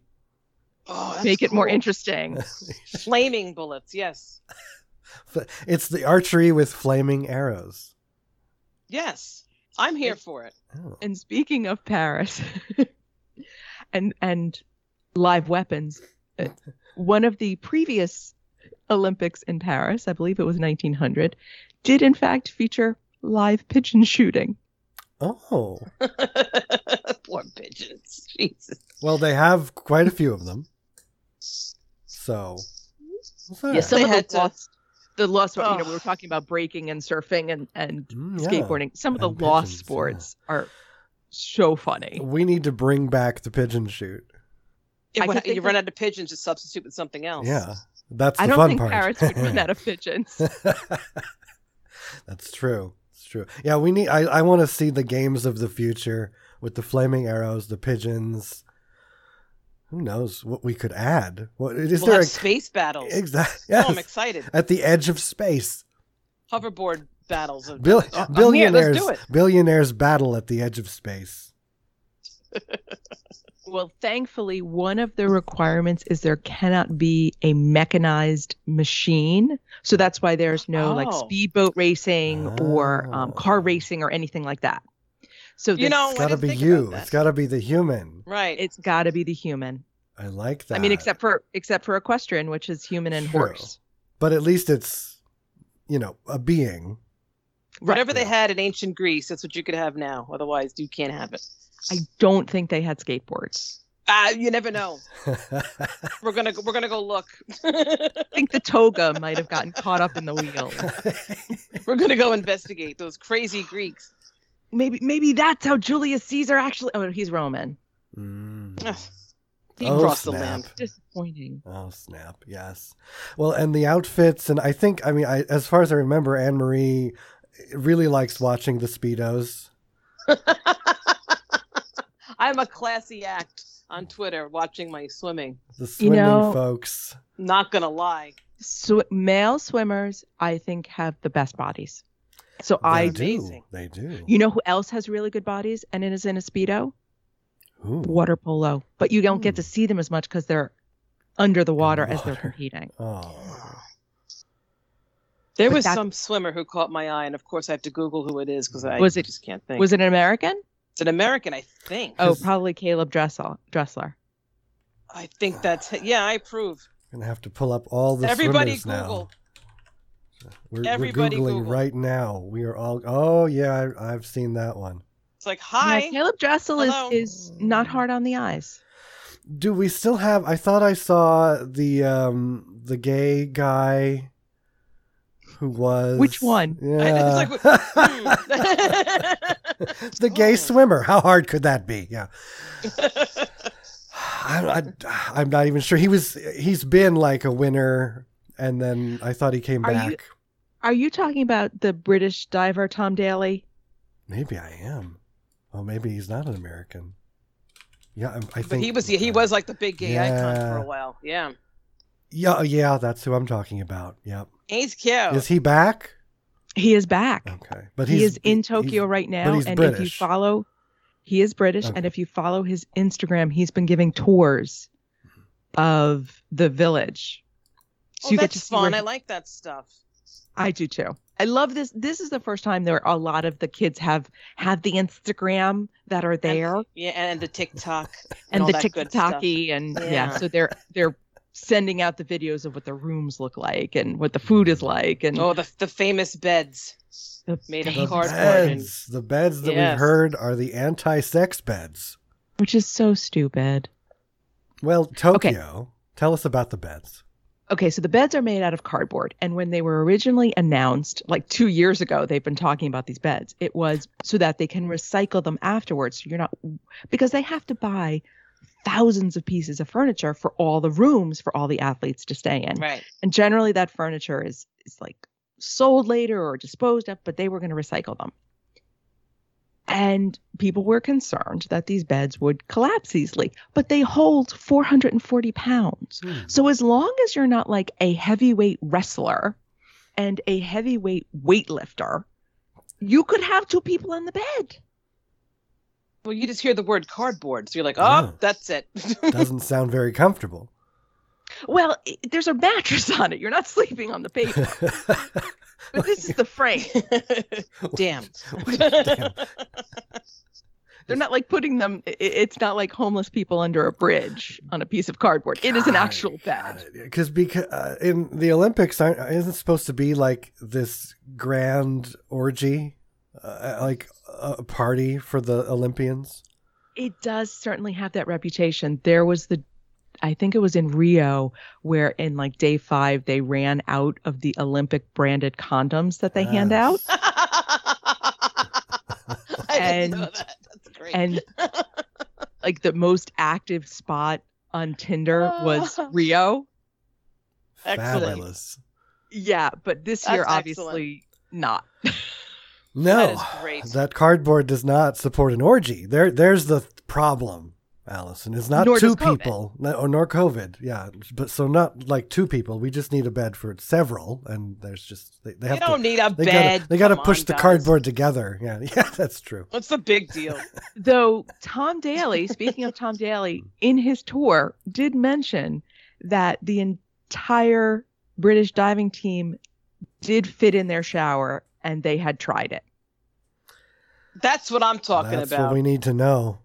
B: Oh, that's
C: make it more
B: cool.
C: interesting.
B: Flaming bullets, yes,
A: it's the archery with flaming arrows.
B: yes. I'm here for it.
A: Oh.
C: and speaking of Paris and and live weapons, uh, one of the previous Olympics in Paris, I believe it was 1900, did in fact feature live pigeon shooting.
A: Oh.
B: Poor pigeons. Jesus.
A: well, they have quite a few of them. So, what's that?
B: Yes,
C: Some
B: They
C: of the
B: had to-
C: lost the lost you know
B: Ugh.
C: we were talking about breaking and surfing and and
A: Mm, yeah.
C: skateboarding. Some of the
A: And
C: lost
A: pigeons, yeah.
C: sports are so funny.
A: We need to bring back the pigeon shoot.
C: I
B: When
C: can think
B: you
C: of-
B: run out of pigeons to substitute with something else.
A: Yeah, that's the
C: I don't
A: fun
C: think
A: part.
C: Paris would run out of pigeons.
A: That's true. It's true. Yeah, we need. I, I want to see the games of the future with the flaming arrows, the pigeons. Who knows what we could add? What is
B: We'll have
A: there?
B: space battles.
A: A, exactly.
B: Oh, I'm
A: Yes.
B: excited.
A: At the edge of space,
B: Hoverboard battles of
A: Bill,
B: Oh, I'm here,
A: billionaires
B: let's do it.
A: billionaires battle at the edge of space.
C: Well, thankfully, one of the requirements is there cannot be a mechanized machine. So that's why there's no like
B: Oh.
C: speedboat racing or um,
A: Oh.
C: car racing or anything like that. So
B: You
C: this-
B: know,
A: It's
B: Oh, I
A: got to
B: didn't
A: be
B: think
A: you.
B: about that.
A: It's got to be the human.
B: Right.
C: it's got to be the human.
A: I like that.
C: I mean, except for except for equestrian, which is human and
A: Sure.
C: horse.
A: but at least it's you know a being.
B: Whatever they
A: Yeah.
B: had in ancient Greece, that's what you could have now. Otherwise, you can't have it.
C: I don't think they had skateboards.
B: Ah, you never know.
A: Mm.
B: We're gonna we're gonna go look. we're
C: I think the toga might have gotten caught up in the wheel.
B: gonna go investigate those crazy Greeks.
C: Maybe maybe that's how Julius Caesar actually. Oh, he's Roman.
A: Mm.
B: Ugh. He
A: Oh,
B: crossed the
A: snap.
B: land.
C: Disappointing.
A: Oh snap! Yes. Well, and the outfits, and I think I mean, I, as far as I remember, Anne Marie really likes watching the speedos.
B: I'm a classy act on Twitter watching my swimming.
A: The swimming
C: know-
A: folks.
B: Not gonna lie.
C: Sw- male swimmers, I think, have the best bodies. So I,
A: they do.
B: amazing.
A: They do.
C: you know, who else has really good bodies and it is in a speedo?
A: Ooh.
C: Water polo. But you don't get
A: Hmm.
C: to see them as much because they're under the water as they're
A: Water.
C: competing.
A: Oh.
B: There
C: But
B: was
C: that-
B: some swimmer who caught my eye, and of course I have to Google who it is because I
C: Was it-
B: just can't think.
C: Was it an American?
B: it's an American, I think.
C: Oh,
A: 'Cause-
C: probably Caleb Dressel, Dressler.
B: I think that's it. yeah. I approve.
A: Gonna have to pull up all the
B: Everybody
A: swimmers now.
B: Google.
A: We're,
B: Everybody
A: we're googling
B: Google.
A: right now. We are all. Oh yeah, I, I've seen that one.
B: It's like
C: Yeah,
B: hi.
C: Caleb Dressel is,
B: Hello.
C: is not hard on the eyes.
A: Do we still have? I thought I saw the um the gay guy who was
C: Which one?
A: Yeah.
B: it's like, hmm.
A: the gay
B: Oh.
A: swimmer. How hard could that be? Yeah. I'm, I, I'm not even sure. He was. He's been like a winner, and then I thought he came
C: Are you-
A: back.
C: Are you talking about the British diver Tom Daly?
A: Maybe I am. Well, maybe he's not an American. Yeah, I, I think.
B: but he was he was like the big gay icon for
A: Yeah.
B: a while. Yeah.
A: Yeah, oh, yeah, that's who I'm talking about. Yep.
B: He's cute.
A: Is he back?
C: He is back.
A: Okay, but he's,
C: he is in
A: he's-
C: Tokyo right now,
A: he's
C: and if you
A: British.
C: follow, he is British,
A: Okay.
C: and if you follow his Instagram, he's been giving tours of the village. So
B: oh,
C: you get
B: that's
C: to see
B: fun.
C: where-
B: I like that stuff.
C: I do too. I love this. This is the first time there a lot of the kids have have the Instagram that are there and,
B: Yeah, and the TikTok all
C: the
B: that good stuff.
C: TikToky and yeah.
B: Yeah.
C: So they're they're sending out the videos of what the rooms look like and what the food is like and
B: Oh, the the famous beds.
C: the
B: made of
A: The
C: things,
B: cardboard and-
A: beds, the beds that we've
B: Yes.
A: heard are the anti-sex beds.
C: which is so stupid.
A: Well, Tokyo. Tell us about the beds.
C: Okay, so the beds are made out of cardboard. And when they were originally announced, like two years ago, they've been talking about these beds. It was so that they can recycle them afterwards. So you're not, because they have to buy thousands of pieces of furniture for all the rooms for all the athletes to stay in.
B: Right.
C: And generally that furniture is, is like sold later or disposed of, but they were going to recycle them. And people were concerned that these beds would collapse easily, but they hold 440 pounds. So as long as you're not like a heavyweight wrestler and a heavyweight weightlifter, you could have two people in the bed.
B: Well, you just hear the word cardboard, so you're like, oh,
A: Yeah.
B: that's it.
A: Doesn't sound very comfortable.
C: Well, i there's a mattress on it. You're not sleeping on the paper. But this is the frame.
B: Damn.
A: Damn.
C: They're not like putting them. i- i- It's not like homeless people under a bridge on a piece of cardboard. It is an actual bed.
A: Because because uh, in the Olympics aren't, isn't supposed to be like this grand orgy, uh, like a party for the Olympians.
C: It does certainly have that reputation. There was the, I think it was in Rio, where in like day five, they ran out of the Olympic branded condoms that they hand
A: Ah.
C: out.
B: I didn't know
C: And-
B: that. That's great.
C: and like the most active spot on Tinder was
B: Oh.
C: Rio.
B: Excellent.
A: Fabulous.
C: Yeah, but this year
B: That's excellent.
C: obviously not.
A: No,
B: That is great.
A: that cardboard does not support an orgy. There, there's the th- problem, Allison. It's not
C: Nor
A: two
C: does COVID.
A: people, no, or nor COVID. Yeah, but so not like two people. We just need a bed for several, and there's just they, they
B: you
A: have
B: don't
A: to.
B: need a
A: They
B: bed.
A: gotta, they gotta
B: Come
A: push
B: on,
A: the
B: guys.
A: cardboard together. Yeah, yeah, that's true.
B: What's the big deal?
C: Though Tom Daly, speaking of Tom Daly, in his tour did mention that the entire British diving team did fit in their shower and they had tried it.
B: That's what I'm talking
A: that's
B: about.
A: what we need to know.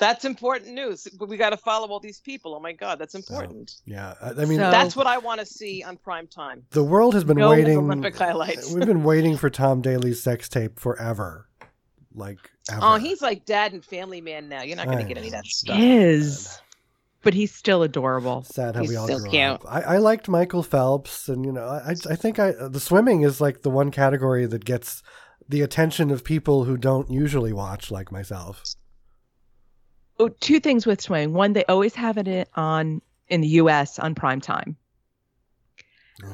B: That's important news. But We got to follow all these people. Oh my God, that's important.
A: Yeah, I, I mean,
C: So-
B: That's what I want to see on prime time.
A: the world has been
B: No
A: waiting.
B: Olympic highlights.
A: We've been waiting for Tom Daly's sex tape forever, like ever.
B: Oh, he's like dad and family man now. You're not going
A: I
B: to get any of
A: know.
B: that stuff.
C: Is. But he's still adorable.
A: Sad how
B: He's
A: we all
B: so
A: grew
B: cute.
A: up. I, I liked Michael Phelps, and you know, I, I think I the swimming is like the one category that gets the attention of people who don't usually watch, like myself.
C: Oh, two things with swimming. One, they always have it on in the US on prime time.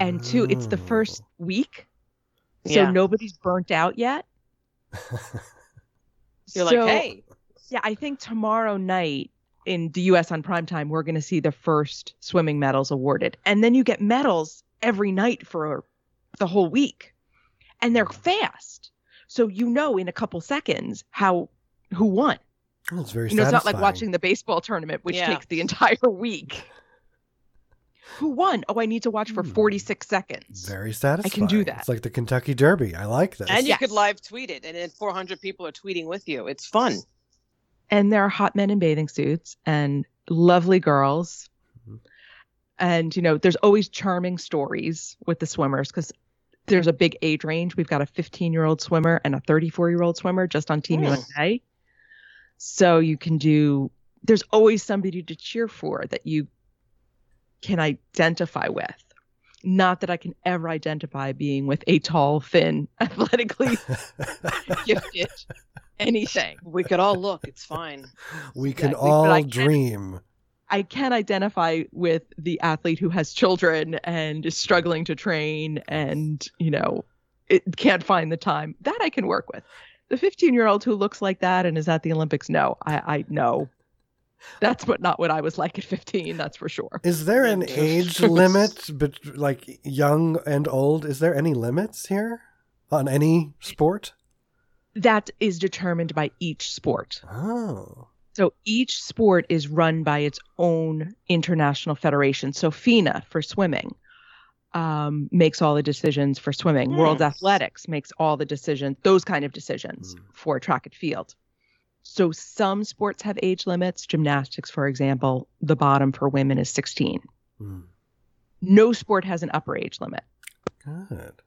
C: and two, it's the
A: Oh.
C: first week, so
B: Yeah.
C: nobody's burnt out yet.
A: Mm.
B: You're
C: So,
B: like, hey,
C: yeah, I think tomorrow night in the U.S. on primetime, we're going to see the first swimming medals awarded, and then you get medals every night for the whole week, and they're fast, so you know in a couple seconds how who won.
A: Oh, it's very.
C: You know, it's not like
A: satisfying.
C: watching the baseball tournament, which
B: Yeah.
C: takes the entire week. Who won? Oh, I need to watch for
A: Hmm.
C: 46 seconds.
A: Very satisfying.
C: do that.
A: It's like the Kentucky Derby. I like this.
B: And you
C: Yes.
B: could live tweet it, and then 400 people are tweeting with you. It's fun.
C: and there are hot men in bathing suits and lovely girls
A: Mhm.
C: and you know there's always charming stories with the swimmers because there's a big age range we've got a 15 year old swimmer and a 34 year old swimmer just on team
B: Mm.
C: usa so you can do there's always somebody to cheer for that you can identify with not that i can ever identify being with a tall thin athletically gifted anything
B: We could all look. It's fine.
A: we can
C: Exactly, but
A: all
C: I can't-
A: dream.
C: I can identify with the athlete who has children and is struggling to train and, you know, it can't find the time. That I can work with. The 15 year old who looks like that and is at the Olympics, no, I, I no. That's what not what I was like at 15, that's for sure.
A: Is there an
B: Yeah.
A: age limit, but like young and old? Is there any limits here on any sport?
C: That is determined by each sport.
A: Oh,
C: So each sport is run by its own international federation. So FINA for swimming um, makes all the decisions for swimming. World
B: Hmm.
C: Athletics makes all the decisions, those kind of decisions
A: Hmm.
C: for track and field. So some sports have age limits. Gymnastics, for example, the bottom for women is 16.
A: Mm,
C: No sport has an upper age limit.
A: good.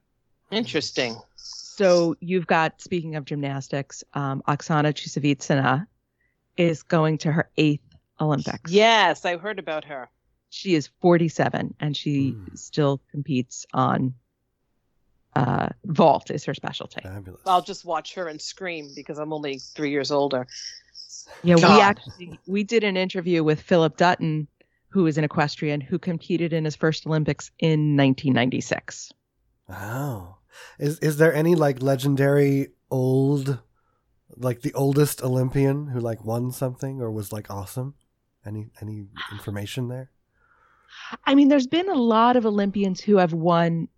B: Interesting.
C: So you've got, speaking of gymnastics, um, Oksana Chusevitsina is going to her eighth Olympics.
B: Yes, I heard about her.
C: she is 47 and she
A: Hmm.
C: still competes on uh vault is her specialty
A: Fabulous.
B: I'll just watch her and scream because I'm only three years older.
C: yeah we
B: God.
C: actually we did an interview with philip dutton who is an equestrian who competed in his first olympics in 1996
A: Wow. Is is there any like legendary old like the oldest Olympian who like won something or was like awesome? Any any information there?
C: i mean there's been a lot of olympians who have won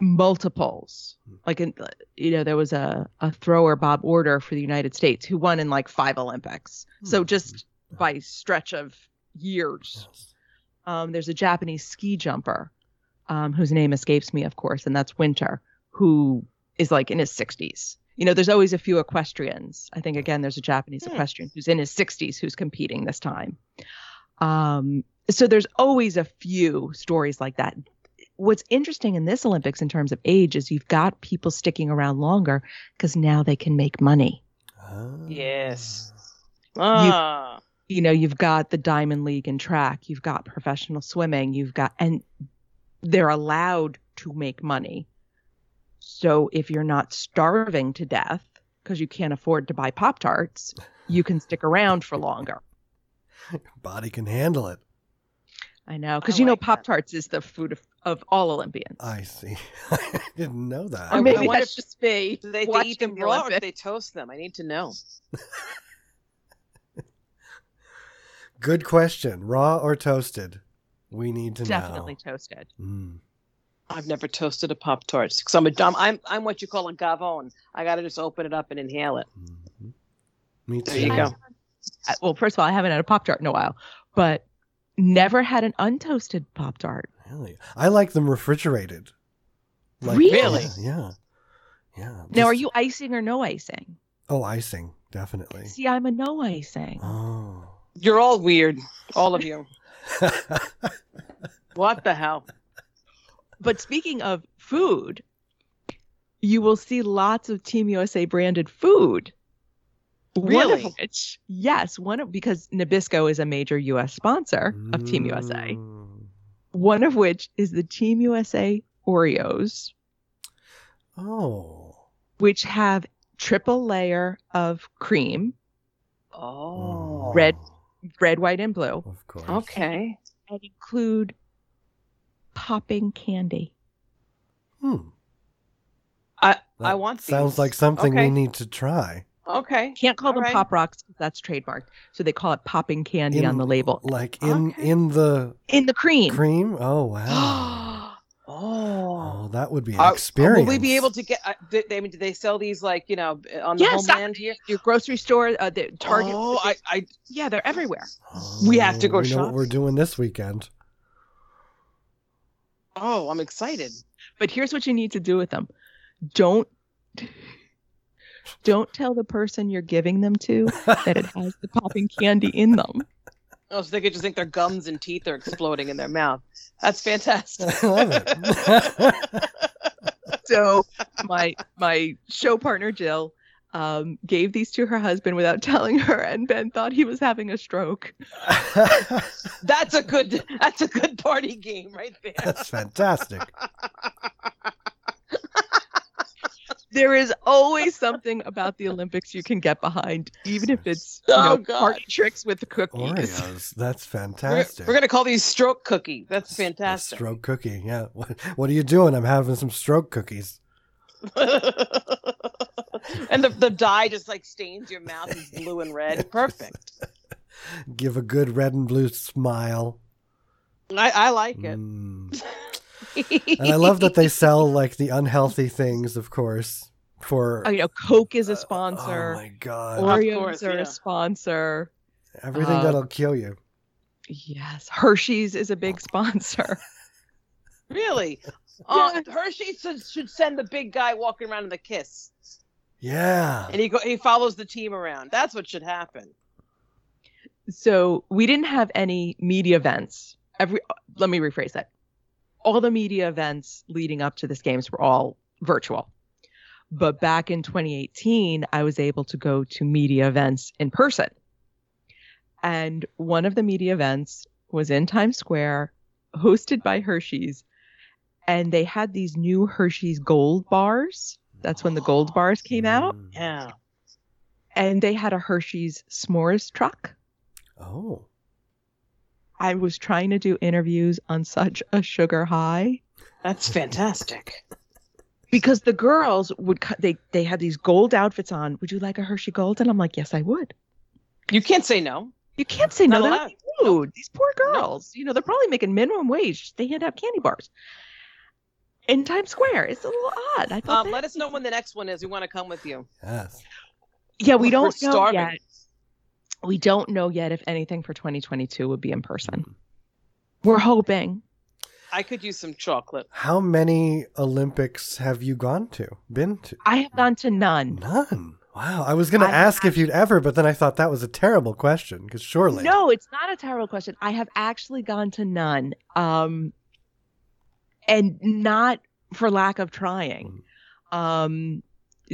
C: multiples
A: Hmm.
C: like in, you know there was a, a thrower bob order for the united states who won in like five olympics so
A: Hmm.
C: just by stretch of years
A: Yes.
C: um, there's a Japanese ski jumper um, whose name escapes me, of course, and that's Winter, who is like in his 60s. You know, there's always a few equestrians. I think, again, there's a Japanese
B: Hmm.
C: equestrian who's in his 60s who's competing this time. Um, so there's always a few stories like that. What's interesting in this Olympics in terms of age is you've got people sticking around longer because now they can make money.
A: Ah.
B: Yes. Ah,
C: you know you've got the diamond league in track you've got professional swimming you've got and they're allowed to make money so if you're not starving to death because you can't afford to buy pop tarts you can stick around for longer
A: Body can handle it.
C: i know
B: I
C: because you know
B: like that.
C: pop tarts is the food of, of all olympians
A: I see. I didn't know that.
C: or
B: I
C: maybe
B: wonder-
C: that's just me
B: do they, they
C: watching
B: eat them
C: the
B: raw or do
C: Olympics.
B: they toast them? I need to know.
A: Good question. Raw or toasted? We need to
C: definitely
A: know.
C: toasted
A: Mm.
B: I've never toasted a pop tart because I'm a dumb. I'm I'm what you call a gavone. I gotta just open it up and inhale it.
A: Mhm. Me too.
B: There you go.
C: I- well first of all i haven't had a pop tart in a while but never had an untoasted pop tart
A: Really? I like them refrigerated.
C: Really?
A: Yeah. Yeah.
C: now are
A: Just-
C: you icing or no icing
A: Oh, icing, definitely.
C: see i'm a no icing
A: Oh.
B: You're all weird, all of you. What the hell?
C: But speaking of food, you will see lots of Team USA branded food. One
B: Really?
C: of which, yes, one of because Nabisco is a major US sponsor of Team USA.
A: Mm.
C: One of which is the Team USA Oreos,
A: Oh.
C: which have triple layer of cream,
B: Oh.
C: Red. red, white, and blue,
A: Mm. Of course.
B: Okay.
C: and include popping candy.
A: Hmm.
B: I
A: That
B: I want.
A: Sounds
B: these.
A: like something
B: Okay.
A: we need to try.
B: Okay.
C: Can't call
B: All
C: them
B: right.
C: pop rocks 'cause that's trademarked. So they call it popping candy
A: In-
C: on the label.
A: Like in
B: Okay.
A: in the
C: In the cream.
A: cream. Oh wow.
B: oh.
A: oh, that would be an
B: Uh,
A: experience.
B: Will we be able to get? Uh, do, they, I mean, do they sell these like you know on the
C: Yes, I-
B: homeland here?
C: your grocery store, uh, the Target.
B: Oh, I, I
C: yeah, they're everywhere.
A: Oh,
B: we have to go
A: we know what
B: shop.
A: we're doing this weekend.
B: Oh, I'm excited.
C: But here's what you need to do with them. Don't don't tell the person you're giving them to that it has the popping candy in them.
B: Oh, so they could just think their gums and teeth are exploding in their mouth. That's fantastic.
A: I love it.
C: So my my show partner Jill um, gave these to her husband without telling her, and Ben thought he was having a stroke.
B: That's a good. That's a good party game right there.
A: That's fantastic.
C: There is always something about the Olympics you can get behind, even if it's you
B: Oh,
C: know,
B: God.
C: party tricks with the cookies.
A: Oreos. That's
B: We're,
A: fantastic.
B: we're gonna call these stroke cookies. That's
A: A
B: fantastic.
A: stroke cookie. Yeah. What, what are you doing? I'm having some stroke cookies.
B: and the, the dye just like stains your mouth is blue and red. Perfect.
A: Give a good red and blue smile.
B: I, I like it.
A: Mm. And I love that they sell like the unhealthy things, of course, for
C: Uh, you know, Coke is a
A: Oh
C: sponsor.
A: my god.
B: Or- Of
C: Oreos
B: course,
C: are
B: yeah.
C: a sponsor.
A: Everything
C: uh,
A: that'll kill you.
C: Yes, Hershey's is a
A: Oh.
C: big sponsor.
B: Really? Oh, Hershey should, should send the big guy walking around in the kiss,
A: Yeah.
B: and he go, he follows the team around. That's what should happen.
C: so we didn't have any media events every let me rephrase that all the media events leading up to this games were all virtual but back in 2018 i was able to go to media events in person and one of the media events was in times square hosted by hershey's and they had these new hershey's gold bars that's when the gold bars came out
A: Mm.
B: Yeah.
C: and they had a hershey's smores truck
A: Oh.
C: I was trying to do interviews on such a sugar high
B: That's fantastic.
C: because the girls would co- they they had these gold outfits on. Would you like a Hershey Gold? And I'm like, yes, I would.
B: You can't say no.
C: You can't say no.
B: Not
C: They're
B: allowed.
C: like, dude, these poor girls. You know, they're probably making minimum wage. They hand out candy bars in Times Square. It's a little odd. I thought.
B: Um,
C: that-
B: let us know when the next one is. We want to come with you.
A: Yes.
C: yeah, we
B: We're
C: don't know
B: starving.
C: yet. We don't know yet if anything for 2022 would be in person. We're hoping.
B: I could use some chocolate.
A: How many Olympics have you gone to? Been to?
C: I have gone to none.
A: None. Wow. I was going to
C: I-
A: ask if you'd ever, but then I thought that was a terrible question because surely.
C: No, it's not a terrible question. I have actually gone to none. Um and not for lack of trying.
A: Mm-hmm.
C: Um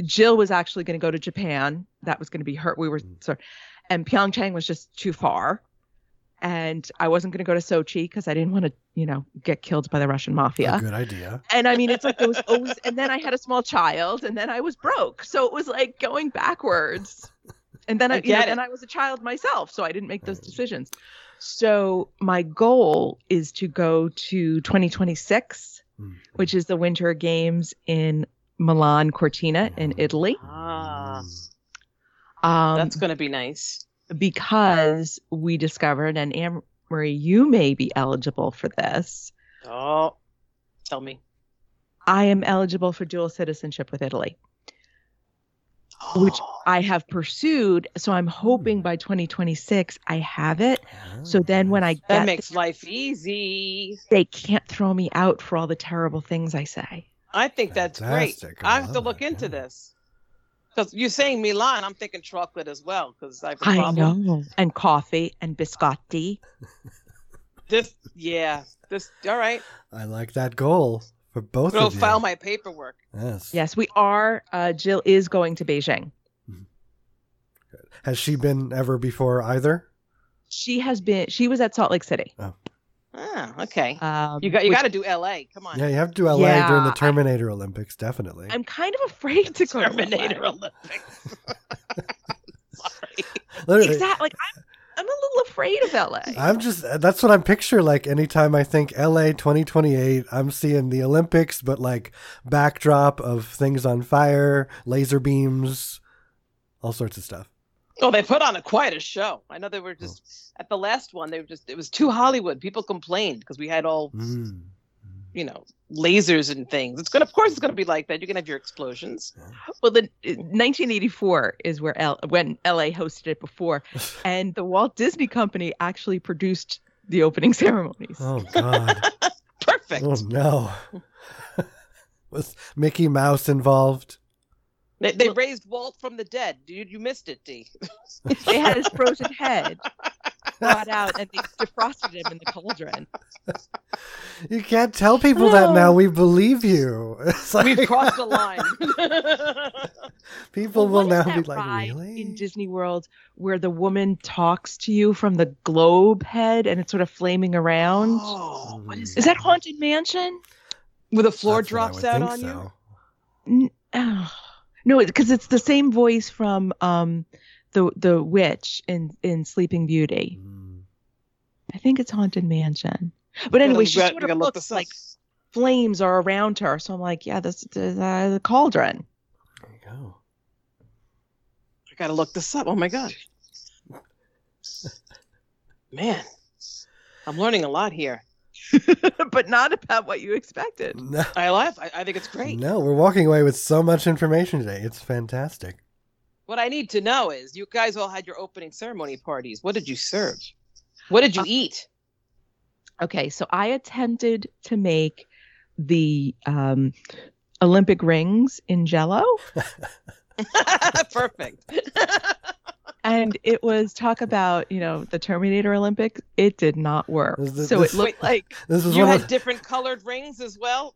C: Jill was actually going to go to Japan. That was going to be her. We were
A: Mm.
C: sorry. And Pyeongchang was just too far. And I wasn't going to go to Sochi because I didn't want to, you know, get killed by the Russian
A: A
C: mafia.
A: good idea.
C: And I mean, it's like there was always, and then I had a small child, and then I was broke. So it was like going backwards. And then
B: I
C: I, you know,
B: get it. Mm.
C: and I was a child myself, so I didn't make those
A: Right.
C: decisions. So my goal is to go to 2026,
A: Mm.
C: which is the Winter Games in Milan, Cortina, in Italy.
B: Ah.
A: Mm.
C: Um,
B: Mm. That's going to be nice.
C: because we discovered, and Anne Marie, you may be eligible for this.
B: Oh, tell me.
C: I am eligible for dual citizenship with Italy.
A: Oh,
C: Which- I have pursued. So I'm hoping by 2026 I have it.
A: Hmm.
C: So then when I
A: Nice.
C: get
B: that makes life easy.
C: they can't throw me out for all the terrible things I say.
B: I think that's
A: Fantastic.
B: great.
A: I
B: I have to
A: love
B: look
A: it,
B: into
A: yeah.
B: this. Because you're saying Milan, I'm thinking chocolate as well. Because I have a
C: I
B: problem.
C: know. And coffee and biscotti.
B: This, yeah, this. All right,
A: I like that goal for both
B: go
A: of you.
B: file my paperwork.
A: yes.
C: Yes, we are. Uh, Jill is going to Beijing.
A: Has she been ever before either?
C: She has been. She was at Salt Lake City.
B: Ah, okay.
C: Um,
B: You got you
C: which
B: got to do L.A. Come on,
A: Yeah, you have to do LA during the
C: Yeah, I-
A: Terminator Olympics, definitely.
C: I'm kind of afraid to go
B: Terminator
C: to LA.
B: Olympics. Sorry.
A: Literally,
C: Exactly. Like I'm, I'm a little afraid of LA.
A: I'm just that's what I'm picture like anytime I think LA 2028, I'm seeing the Olympics but like backdrop of things on fire, laser beams, all sorts of stuff.
B: Oh, they put on a quite a show. I know they
A: Oh.
B: were just at the last one. They were just it was too Hollywood. People complained because we had all
A: Mm.
B: you know lasers and things. It's gonna, of course, it's gonna be like that. You're gonna have your explosions.
C: Well, the 1984 is where L, when LA hosted it before, and the Walt Disney Company actually produced the opening ceremonies.
A: Oh god.
B: Perfect. perfect.
A: Oh no. Was Mickey Mouse involved?
B: They, they raised Walt from the dead. You, you missed it, D.
C: They had his frozen head brought out and they defrosted him in the cauldron.
A: You can't tell people that
C: No.
A: now. We believe you. It's like
B: We've crossed the line.
A: people
C: Well,
A: will
C: what
A: now
C: is
A: be
C: that
A: like,
C: ride
A: really?
C: in Disney World where the woman talks to you from the globe head and it's sort of flaming around?
B: oh, what is
C: Is that Haunted Mansion?
B: Where the floor
A: That's what I
B: drops
A: would
B: out
A: think
B: on you?
A: so.
C: Oh. No, because it's the same voice from um, the the witch in in Sleeping Beauty.
A: Mm.
C: I think it's Haunted Mansion. But anyway, she sort of looks like flames are around her. So I'm like, yeah, this is uh, the cauldron.
A: There you go.
B: I gotta look this up. Oh my god, man, I'm learning a lot here.
C: but not about what you expected.
A: No,
B: I laugh. I, I think it's great.
A: no, we're walking away with so much information today. It's fantastic.
B: What I need to know is, you guys all had your opening ceremony parties. What did you serve? What did you
C: Uh,
B: eat?
C: Okay, so I attempted to make the um, Olympic rings in jello,
B: Perfect.
C: and it was talk about, you know, the Terminator Olympics. It did not work.
A: Is this-
C: so
A: this-
C: it looked like
A: This is
B: you
A: one
B: had
A: of the,
B: different colored rings as well.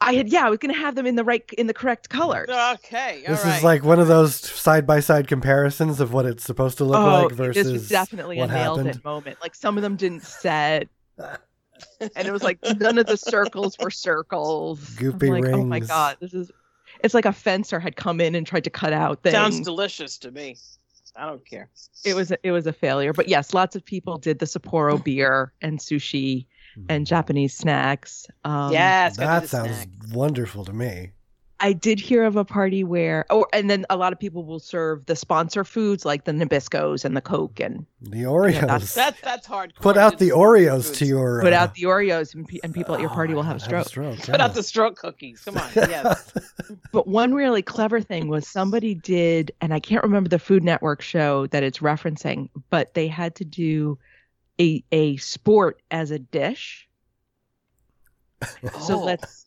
C: I had, yeah, I was going to have them in the right, in the correct colors.
B: Okay, all right.
A: this is like one of those side by side comparisons of what it's supposed to look
B: Oh,
A: like versus
C: this Oh, was definitely
A: what
C: a nailed
A: happened.
C: it moment. Like some of them didn't set, and it was like none of the circles were circles. I'm
A: Goopy
C: like, Oh my
A: rings.
C: god, this is. It's like a fencer had come in and tried to cut out things.
B: Sounds delicious to me. I don't care.
C: it was a, it was a failure, but yes, lots of people did the Sapporo beer and sushi and Japanese snacks. Um,
B: yes, gotta do
A: Hmm. that
B: the
A: sounds
B: snack.
A: wonderful to me.
C: I did hear of a party where, oh, and then a lot of people will serve the sponsor foods like the Nabiscos and the Coke and
A: The Oreos.
C: that's-
B: That's that's hard.
A: Put out the Oreos to your.
C: put
A: uh,
C: out the Oreos and, pe- and people at your
A: oh,
C: party will
A: yeah,
C: have a stroke.
B: Put
A: yeah.
B: out the stroke cookies. Come on. Yes.
C: But one really clever thing was somebody did, and I can't remember the Food Network show that it's referencing, but they had to do a a sport as a dish. So
B: Oh.
C: let's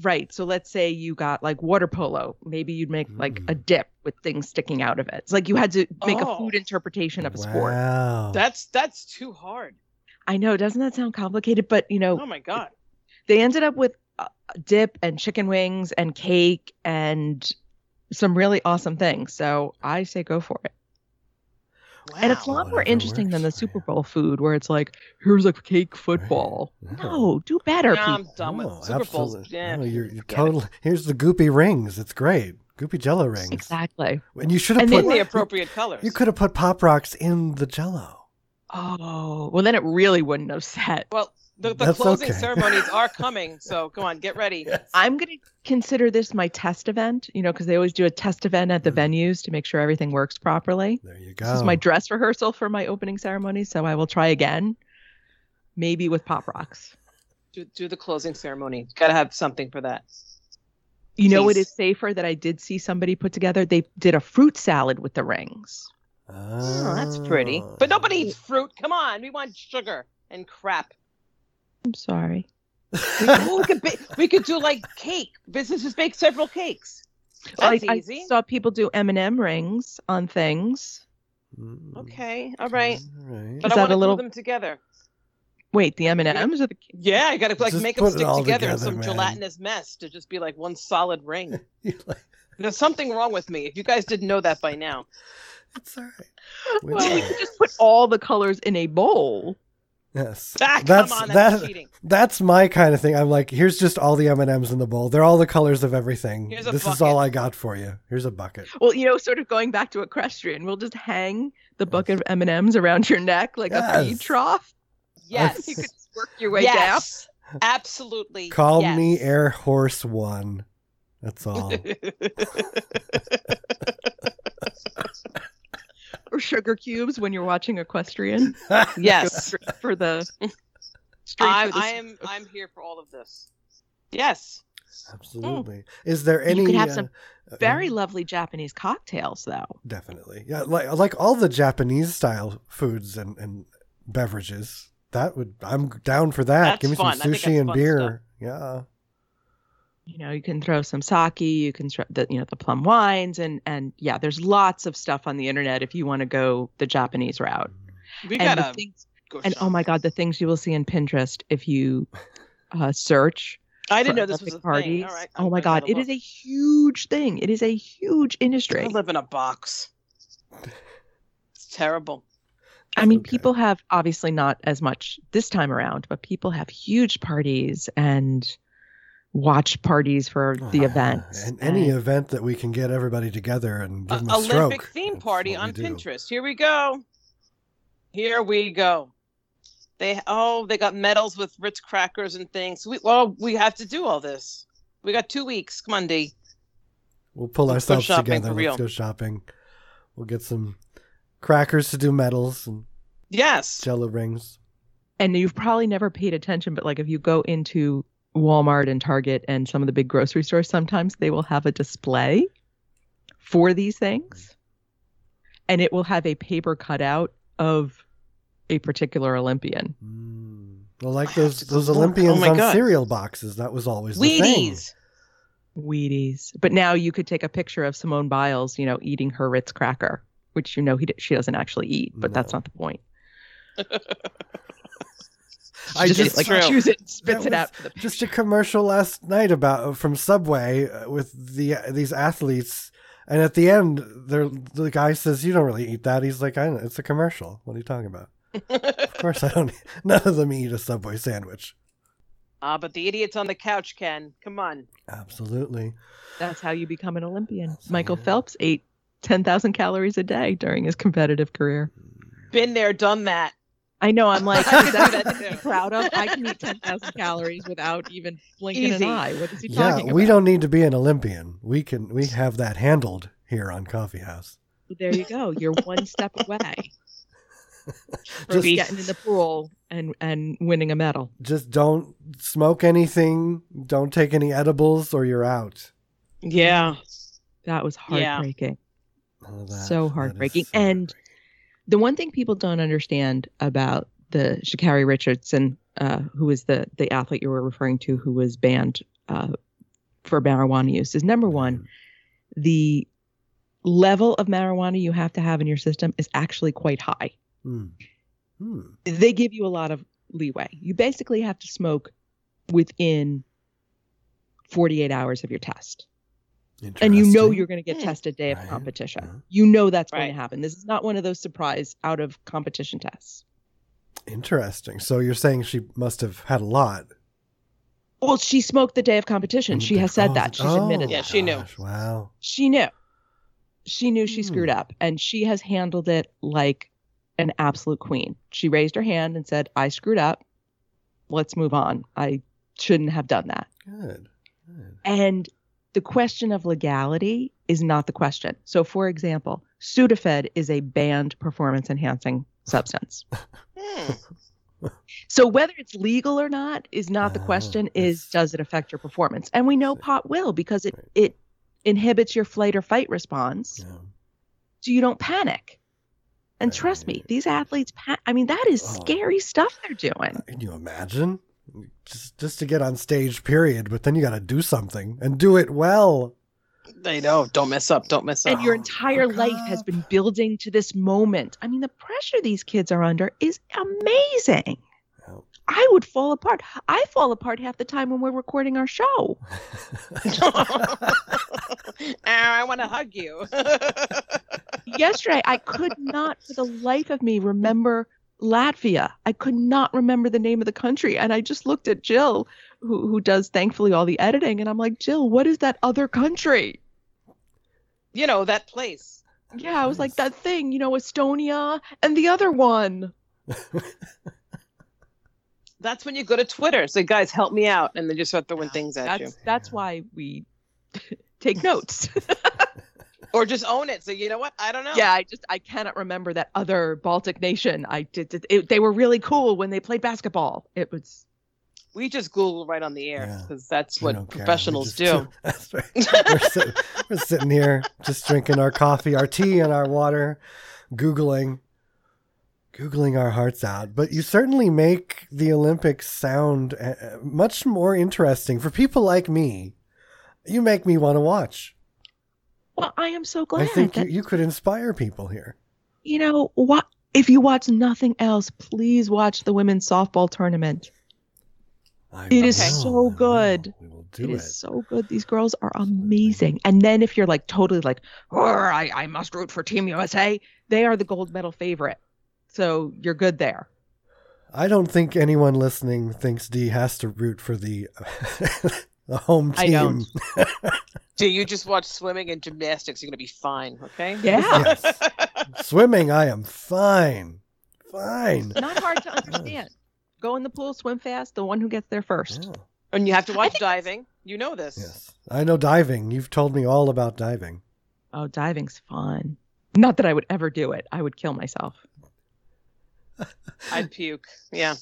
C: right. So let's say you got like water polo. Maybe you'd make like a dip with things sticking out of it. It's like you had to make
B: Mm. Oh.
C: a food interpretation of a sport.
A: Wow.
B: That's that's too hard.
C: I know, doesn't that sound complicated? But you know,
B: Oh my god.
C: they ended up with uh, dip and chicken wings and cake and some really awesome things. So I say go for it.
B: Wow.
C: And it's a lot more
A: Whatever
C: interesting than the
A: works for
C: Super
A: you.
C: Bowl food where it's like, here's a cake football.
A: Right.
C: No, do better,
B: Yeah, I'm
C: people.
B: done with
A: No,
B: Super Bowls.
A: absolute-
B: Yeah.
A: Oh, no, you're, you're
B: forget it.
A: totally. Here's the goopy rings. It's great. Goopy jello rings.
C: Exactly.
A: And you should have
C: And
A: put
B: in the
A: you-
B: appropriate colors.
A: You could have put pop rocks in the jello.
C: Oh, well, then it really wouldn't have set.
B: Well, the, the
A: That's
B: closing
A: okay.
B: ceremonies are coming, so come on, get ready.
C: I'm going to consider this my test event, you know, because they always do a test event at the
A: Mhm.
C: venues to make sure everything works properly.
A: There you go.
C: This is my dress rehearsal for my opening ceremony, so I will try again, maybe with Pop Rocks.
B: Do, do the closing ceremony. Gotta have something for that.
C: You know, it
B: Jeez.
C: is safer that I did see somebody put together, they did a fruit salad with the rings.
B: Oh, that's pretty. But nobody eats fruit. Come on, we want sugar and crap.
C: I'm sorry.
B: Oh, we could ba- we could do like cake. Businesses bake several cakes. That's
C: I,
B: easy.
C: I saw people do M&M rings on things.
A: Mm,
B: okay, all right.
A: all right.
B: But
C: Is
B: I
C: that
B: want
C: a
B: to glue
C: little-
B: them together.
C: Wait, the M&Ms or the
B: Yeah, I gotta like
A: Just
B: make
A: put
B: them
A: it
B: stick
A: all
B: together, in
A: together,
B: some
A: man.
B: gelatinous mess to just be like one solid ring.
A: You're like,
B: There's something wrong with me. If you guys didn't know that by now,
A: it's all right. We
C: Well, we
A: know.
C: could just put all the colors in a bowl.
A: Yes.
B: ah,
A: that's
B: come on, that's
A: that,
B: cheating.
A: that's my kind of thing. I'm like, here's just all the M and M's in the bowl. They're all the colors of everything.
B: Here's a
A: This is
B: bucket.
A: all I got for you. Here's a bucket.
C: Well, you know, sort of going back to equestrian, we'll just hang the bucket of M&Ms around your neck like a
A: Yes.
C: feed trough.
B: Yes,
C: You could just work your way
B: yes, absolutely.
A: Call
B: yes.
A: me Air Horse One. That's all.
C: down or sugar cubes when you're watching equestrian
B: Hmm. yes,
C: Straight for the straight
B: I,
C: for the
B: I am. I'm here for all of this. Yes.
A: Absolutely. Is there any?
C: You could have
A: uh,
C: some
A: uh,
C: very lovely Japanese cocktails though.
A: Definitely. Yeah, like like all the Japanese style foods and, and beverages. That would I'm down for that.
B: That's
A: Give me
B: fun. I
A: some
B: think
A: sushi
B: that's
A: and
B: fun
A: beer. Yeah.
C: you know you can throw some sake you can throw the you know the plum wines and and yeah there's lots of stuff on the internet if you want to go the japanese route
B: We've
C: and,
B: got
C: the
B: a
C: things,
B: go
C: and oh
B: shop.
C: my god the things you will see in pinterest if you uh, search
B: I
C: for
B: didn't know this was
C: epic
B: a
C: parties
B: thing. All right,
C: oh my god it is a huge thing it is a huge industry
B: I live in a box. It's terrible.
C: I mean,
A: Okay.
C: people have obviously not as much this time around, but people have huge parties and watch parties for the events.
A: And any event that we can get everybody together and give them a
B: A- Olympic
A: stroke.
B: theme
A: That's
B: party
A: what we
B: on
A: do.
B: Pinterest. Here we go. Here we go. They oh they got medals with Ritz crackers and things. We well we have to do all this. We got two weeks. Come on, D.
A: We'll pull
B: Let's go
A: ourselves
B: shopping
A: together.
B: for
A: Let's
B: real.
A: go shopping. We'll get some crackers to do medals and
B: Yes.
A: jello rings.
C: and you've probably never paid attention, but like if you go into Walmart and Target and some of the big grocery stores, sometimes they will have a display for these things, and it will have a paper cutout of a particular Olympian.
A: Mm. Well, like
B: I have
A: those
B: to go
A: those
B: look.
A: Olympians
B: Oh my
A: on
B: God.
A: cereal boxes. That was always the thing.
B: Wheaties.
C: Wheaties. But now you could take a picture of Simone Biles, you know, eating her Ritz cracker, which you know he d- she doesn't actually eat, but that's
A: No.
C: not the point. She
A: I
B: just-
C: just,
B: It's
C: like
B: true.
C: chews it, and spits
A: That
C: it
A: was
C: out. For the
A: just a commercial last night about from Subway uh, with the these athletes, and at the end, they're, the guy says, "You don't really eat that." He's like, "I know, it's a commercial. What are you talking about?" Of course, I don't. None of them eat a Subway sandwich.
B: Ah, but the idiots on the couch can. Come on.
A: Absolutely.
C: That's how you become an Olympian.
A: That's
C: Michael
A: weird.
C: Phelps ate 10,000 calories a day during his competitive career.
B: Been there, done that.
C: I know. I'm like,
B: I could
C: is
B: do
C: that
B: that
C: something to be
B: too.
C: proud of? I can eat 10,000 calories without even blinking
B: Easy.
C: an eye. What is he
A: yeah,
C: talking
A: we
C: about?
A: don't need to be an Olympian. We can. We have that handled here on Coffee House.
C: There you go. You're one step away.
B: Or
A: Just
B: be-
C: Getting in the pool and, and winning a medal.
A: just don't smoke anything. Don't take any edibles, or you're out.
B: Yeah.
C: That was
B: Yeah.
C: heartbreaking.
A: None of that.
C: So
A: That is uh,
C: heartbreaking. And- the one thing people don't understand about the Shakari Richardson, uh, who is the the athlete you were referring to, who was banned uh, for marijuana use, is number one, the level of marijuana you have to have in your system is actually quite high.
A: Hmm. Hmm.
C: They give you a lot of leeway. You basically have to smoke within 48 hours of your test and you know
A: Interesting.
C: you're going to get
B: Hmm.
C: tested day of
A: Right.
C: competition.
A: Yeah.
C: You know that's going
B: Right.
C: to happen. This is not one of those surprise out of competition tests.
A: Interesting. So you're saying she must have had a lot.
C: Well, she smoked the day of competition. She has said
A: Oh,
C: that. She's
A: oh,
C: admitted
B: Yeah,
C: that.
B: she knew.
A: gosh, Wow.
C: She knew. She knew she
A: Hmm.
C: screwed up and she has handled it like an absolute queen. She raised her hand and said, "I screwed up. Let's move on. I shouldn't have done that."
A: Good. Good.
C: And the question of legality is not the question. So, for example, Sudafed is a banned performance enhancing substance.
B: Hmm.
C: So, whether it's legal or not is not the
A: Oh,
C: question,
A: that's-
C: is does it affect your performance? And we know
A: Right.
C: pot will because it,
A: Right.
C: it inhibits your flight or fight response.
A: Yeah.
C: So you don't panic. And trust me,
A: Right.
C: these athletes, pa- I mean, that is
A: Oh.
C: scary stuff they're doing.
A: Can you imagine? Just just to get on stage, period. But then you got to do something and do it well.
B: They know. Don't mess up. Don't mess up.
C: and your
A: Oh,
C: entire
A: look
C: life has
A: up.
C: been building to this moment. I mean, the pressure these kids are under is amazing.
A: Yeah.
C: I would fall apart. I fall apart half the time when we're recording our show.
B: oh, Ah, I want to hug you.
C: Yesterday, I could not, for the life of me, remember Latvia. I could not remember the name of the country. And I just looked at Jill, who, who does thankfully all the editing. And I'm like, Jill, what is that other country?
B: you know that place.
C: Yeah, I was like
A: Nice.
C: that thing, you know, Estonia and the other one.
B: That's when you go to Twitter. Say, guys, help me out, and they just start throwing things at you,
C: That's that's why we take notes.
B: or just own it. Say, you know what? I don't know.
C: yeah, I just I cannot remember that other Baltic nation. I did, did- it, they were really cool when they played basketball. It was
B: we just Google right on the air
A: Yeah.
B: because that's
A: We
B: what
A: don't care. We
B: professionals
A: just
B: do.
A: That's right. We're, sit- we're sitting here just drinking our coffee, our tea, and our water, Googling. Googling our hearts out, but you certainly make the Olympics sound uh, much more interesting for people like me. You make me want to watch.
C: Well, I am so glad.
A: I think
C: that,
A: you, you could inspire people here.
C: you know what? If you watch nothing else, please watch the women's softball tournament.
A: I
C: It is
A: will,
C: so
A: I will,
C: good.
A: We will
C: It
A: do it.
C: is so good. These girls are amazing. And then if you're like totally like, "Arr, I, I must root for Team USA, they are the gold medal favorite. So you're good there.
A: I don't think anyone listening thinks Dee has to root for the the home team.
C: I don't.
B: Do you just watch swimming and gymnastics? You're gonna be fine. Okay.
C: Yeah.
A: Yes. Swimming, I am fine. Fine.
C: Not hard to understand. Go in the pool, swim fast, the one who gets there first.
A: Yeah.
B: And you have to
C: I
B: watch
C: think-
B: diving. You know this.
A: Oh, Yes. I know diving. You've told me all about diving.
C: Oh, diving's fun. Not that I would ever do it. I would kill myself.
B: I'd puke. Yeah.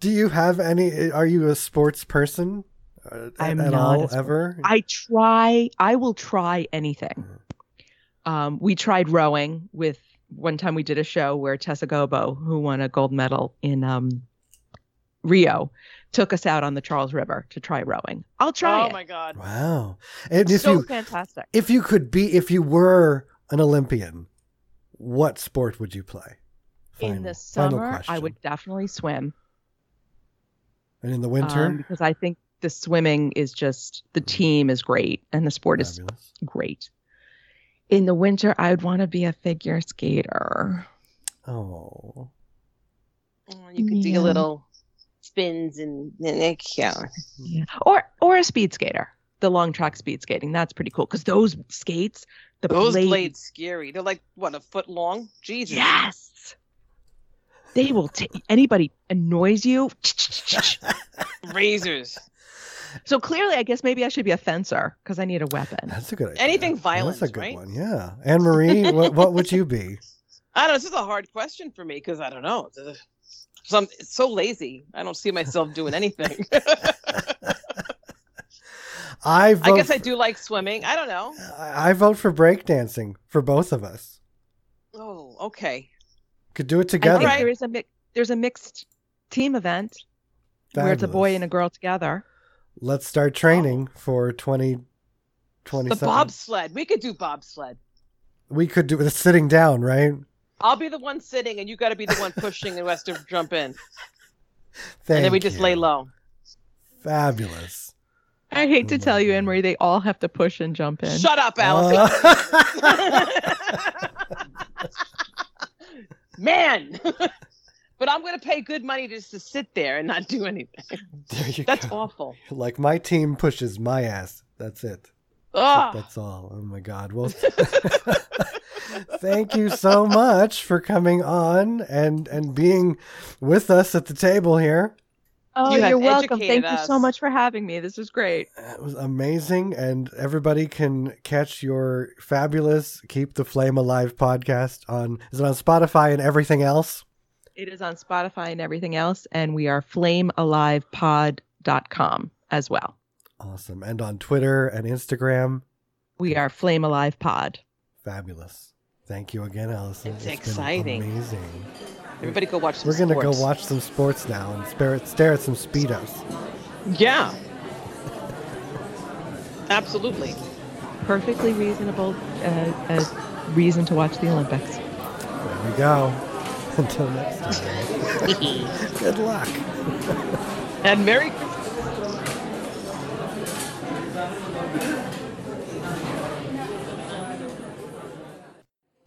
A: Do you have any? Are you a sports person uh,
C: I'm
A: at
C: not
A: all
C: a sport-
A: ever?
C: I try. I will try anything.
A: Mm-hmm.
C: Um, we tried rowing with one time we did a show where Tessa Gobo, who won a gold medal in um, Rio, took us out on the Charles River to try rowing. I'll try
B: oh
C: it.
B: my god.
A: wow. And if
C: so
A: you
C: fantastic.
A: if you could be if you were an Olympian, what sport would you play?
C: in
A: Final-
C: the
A: final
C: summer, I
A: question.
C: would definitely swim.
A: And in the winter,
C: um, because I think the swimming is just
A: Mm-hmm.
C: the team is great and the sport is
A: Fabulous.
C: great. In the winter, I would want to be a figure skater.
A: Oh.
B: Oh, You could do
C: Yeah.
B: your little spins and and- yeah.
C: or or a speed skater the long track speed skating that's pretty cool because those skates the
B: Those
C: blades,
B: blades. scary. They're like what a foot long. Jesus.
C: yes they will take anybody annoys you
B: Razors.
C: so clearly i guess maybe i should be a fencer because i need a weapon
A: That's a good idea.
B: Anything
A: That's a
B: violent,
A: good
B: right?
A: one. Yeah. Anne Marie, what, what would you be?
B: I don't. know. This is a hard question for me because I don't know. It's a- So I'm it's so lazy. I don't see myself doing anything.
A: I vote.
B: I guess I
A: for-
B: do like swimming. I don't know.
A: I I vote for breakdancing for both of us.
B: Oh, okay.
A: Could do it
C: i
A: together.
C: think there is a mi- there's a mixed team event where it's a boy
A: Fabulous.
C: and a girl together
A: Let's start training for 2027.
B: The bobsled. We could do bobsled.
A: we could do the sitting down, right?
B: I'll be the one sitting, and you got to be the one pushing, and West to jump in,
A: Thank
B: and then we just
A: you.
B: lay low.
A: Fabulous.
C: i hate to tell you anne marie they all have to push and jump in
B: Shut up, Allison.
A: Uh,
B: Man. but I'm going to pay good money just to sit there and not do anything.
A: there you
B: That's
A: go.
B: awful.
A: Like my team pushes my ass. That's it.
B: Ugh.
A: That's all. Oh my God. Well, thank you so much for coming on and and being with us at the table here.
C: oh
B: You have
C: you are welcome
B: educated
C: thank you so
B: us.
C: much for having me this is great
A: It was amazing, and everybody can catch your fabulous "Keep the Flame Alive" podcast on. Is it on Spotify and everything else?
C: It is on Spotify and everything else, and we are flamealivepod.com as well.
A: Awesome, and on Twitter and Instagram.
C: We are Flame Alive Pod.
A: Fabulous. Thank you again, Allison.
B: It's
A: been
B: exciting.
A: amazing.
B: Everybody go watch some
A: We're gonna
B: sports.
A: go watch some sports now and stare at, stare at some speedos.
B: Yeah. Absolutely.
C: Perfectly reasonable uh, uh, reason to watch the Olympics.
A: There we go. Until next time. Good luck.
B: And Merry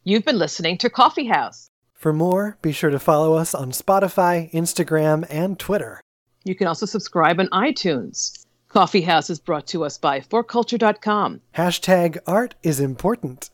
B: You've been listening to Coffee House.
A: For more, be sure to follow us on Spotify, Instagram, and Twitter.
B: You can also subscribe on iTunes. Coffee House is brought to us by forculture.com.
A: Hashtag art is important.